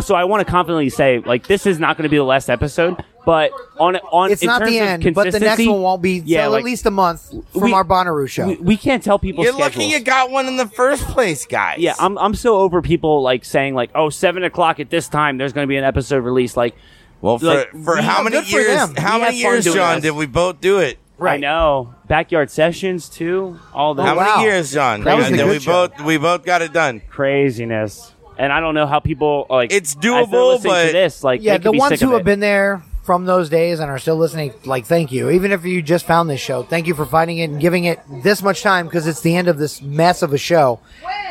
so I want to confidently say like this is not going to be the last episode. But on on it's in not terms the of end, but the next consistency, one won't be Yeah, till like, at least a month from we- our Bonnaroo show. we, we can't tell people. You're lucky you got one in the first place, guys. Yeah, I'm I'm so over people like saying like, oh, seven o'clock at this time, there's going to be an episode released. Like, well, for, like, for how yeah, many good for years? them. How We many had fun years, doing John? this. Did we both do it? I know backyard sessions too, all that How wow. many years, John? That was And a then good we show. both we both got it done. craziness. And I don't know how people like. It's as they're doable, listening but- to this, like, yeah, they could the be ones sick of who have it. been there from those days and are still listening, like, thank you. Even if you just found this show, thank you for finding it and giving it this much time because it's the end of this mess of a show.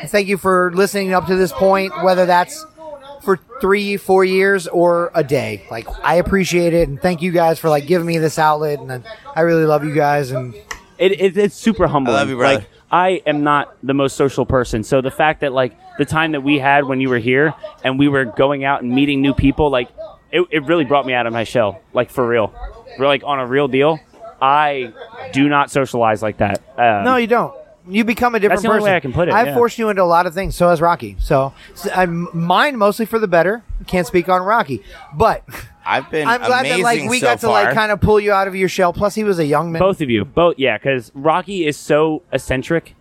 And thank you for listening up to this point, whether that's for three, four years or a day. Like, I appreciate it and thank you guys for like giving me this outlet. And I really love you guys. And It, it, it's super humbling. I love you, brother. Like I am not the most social person, so the fact that like the time that we had when you were here and we were going out and meeting new people, like it, it really brought me out of my shell. Like for real, we're like on a real deal. I do not socialize like that. Um, no, you don't. you become a different the only person. way I can put it, I've yeah. forced you into a lot of things. So has Rocky. So, s- I'm mine mostly for the better. Can't speak on Rocky, but I've been I'm glad that amazing like we so got to far. like kind of pull you out of your shell. Plus, he was a young man. Both of you, both yeah, because Rocky is so eccentric,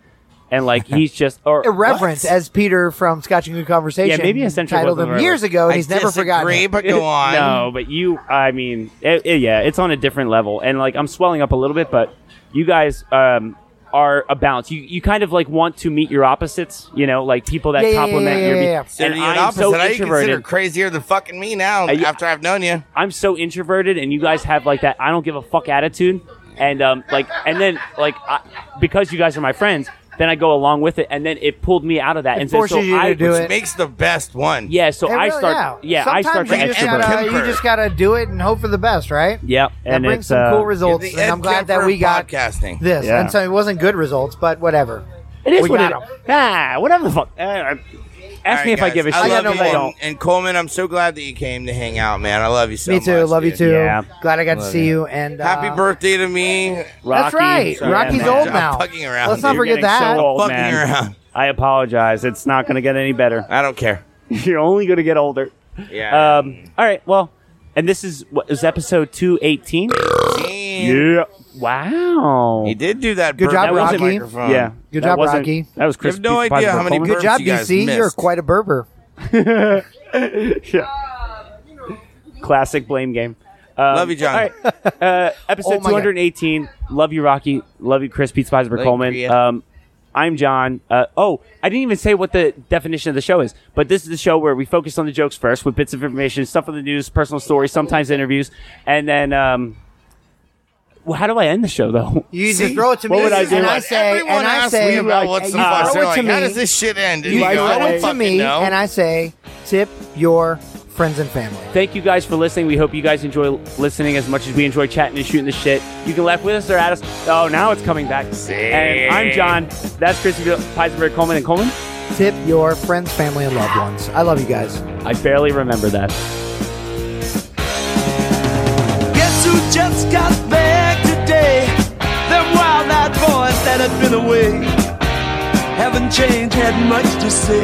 and like he's just or irreverent as Peter from Scotch and Good Conversation. Yeah, maybe eccentric titled wasn't him years irreverent. ago, and I he's never disagree, forgotten. it. But go on. no, but you, I mean, it, it- yeah, it's on a different level, and like I'm swelling up a little bit, but you guys um, are a balance. You you kind of like want to meet your opposites, you know, like people that Yeah, yeah, yeah, complement yeah, your. yeah, yeah. So And you're the I'm opposite. so I consider introverted. crazier than fucking me now you- after I've known you. I'm so introverted, and you guys have like that I don't give a fuck attitude, and um, like, and then like, I, because you guys are my friends, then I go along with it, and then it pulled me out of that, It and so- forces so you to I, do Which it. makes the best one. Yeah, so It I really- start. Yeah, I start Sometimes to you just, extrovert. gotta, you just gotta do it and hope for the best, right? Yep, That and brings it's, some cool uh, You're results, the and Ed I'm glad that Kemper we of got podcasting. this. Yeah. And so it wasn't good results, but whatever. It is We what it got is. Ah, whatever the fuck. Uh, ask All me right, if I guys, give a shit. I love if you. I don't. And, and Coleman, I'm so glad that you came to hang out, man. I love you so Me much. too. Love you dude. too. Yeah. Glad I got to see you. And uh, Happy birthday to me. That's right. sorry, Rocky's man. old I'm now. fucking around, Let's not dude. You're forget getting that. So old, Fucking man. around. I apologize. It's not going to get any better. I don't care. You're only going to get older. Yeah. Um, all right. Well, and this is what is episode two eighteen. Damn. Yeah. Wow. He did do that. Good burp job, into the Rocky. microphone. Yeah. Good That job, wasn't- Rocky. That was You Chris. have no idea how many Good burps job, you guys BC. You're missed. quite a berber. Classic blame game. Love you, John. Um, All right. Uh, episode Oh my 218. Love you, Rocky. Love you, Chris. Pete Spicer Love Coleman. you. Um, I'm John. Uh, oh, I didn't even say what the definition of the show is, but this is the show where we focus on the jokes first with bits of information, stuff on the news, personal stories, sometimes interviews, and then. Um, well, how do I end the show though? You just throw it to me, what would I do? and I What say, everyone and I asks me say, about what's the you throw fuck. They're it to like, how me. does this shit end? And You you go, I throw don't it to fucking me, know. and I say, tip your friends and family. Thank you guys for listening. We hope you guys enjoy listening as much as we enjoy chatting and shooting the shit. You can laugh with us or at us. Oh, now it's coming back. And I'm John. That's Chris Peisenberg Coleman and Coleman. Tip your friends, family, and loved ones. I love you guys. I barely remember that. Guess who just got back today? Them wild-eyed boys that had been away haven't changed, had much to say.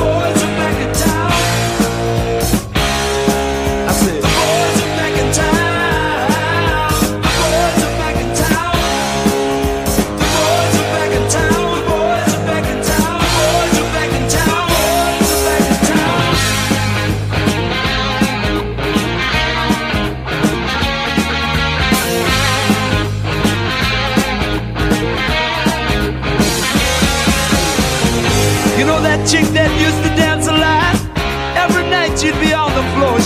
boys are back in town. I said, the boys are back in town. The boys are back in town. The boys are back in town. The boys are back in town. The boys are back in town. The boys are back in town. You know that chick that used to dance a lot? Every night she'd be on the floor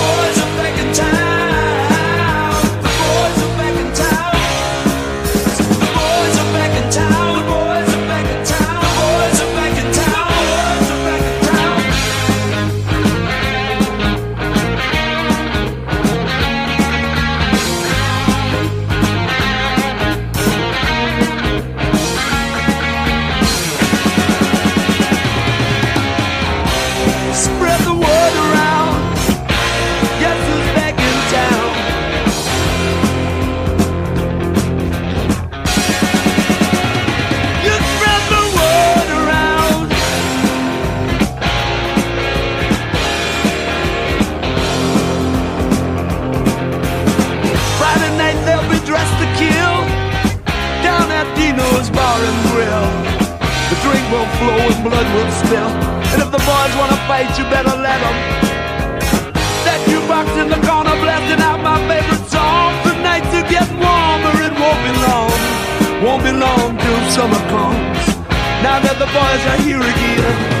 boys are back in town. The boys are back in town. The boys are back in town. The boys are back in town. The boys are back in town. The boys are back in town. spread the word around. Yes, who's back in town? You spread the word around. Friday night they'll be dressed to kill down at Dino's Bar and Grill. The drink will flow and blood will spill. And if the boys wanna fight, you better let 'em. That jukebox in the corner blasting out my favorite song. The nights are getting warmer, it won't be long. Won't be long till summer comes. Now that the boys are here again.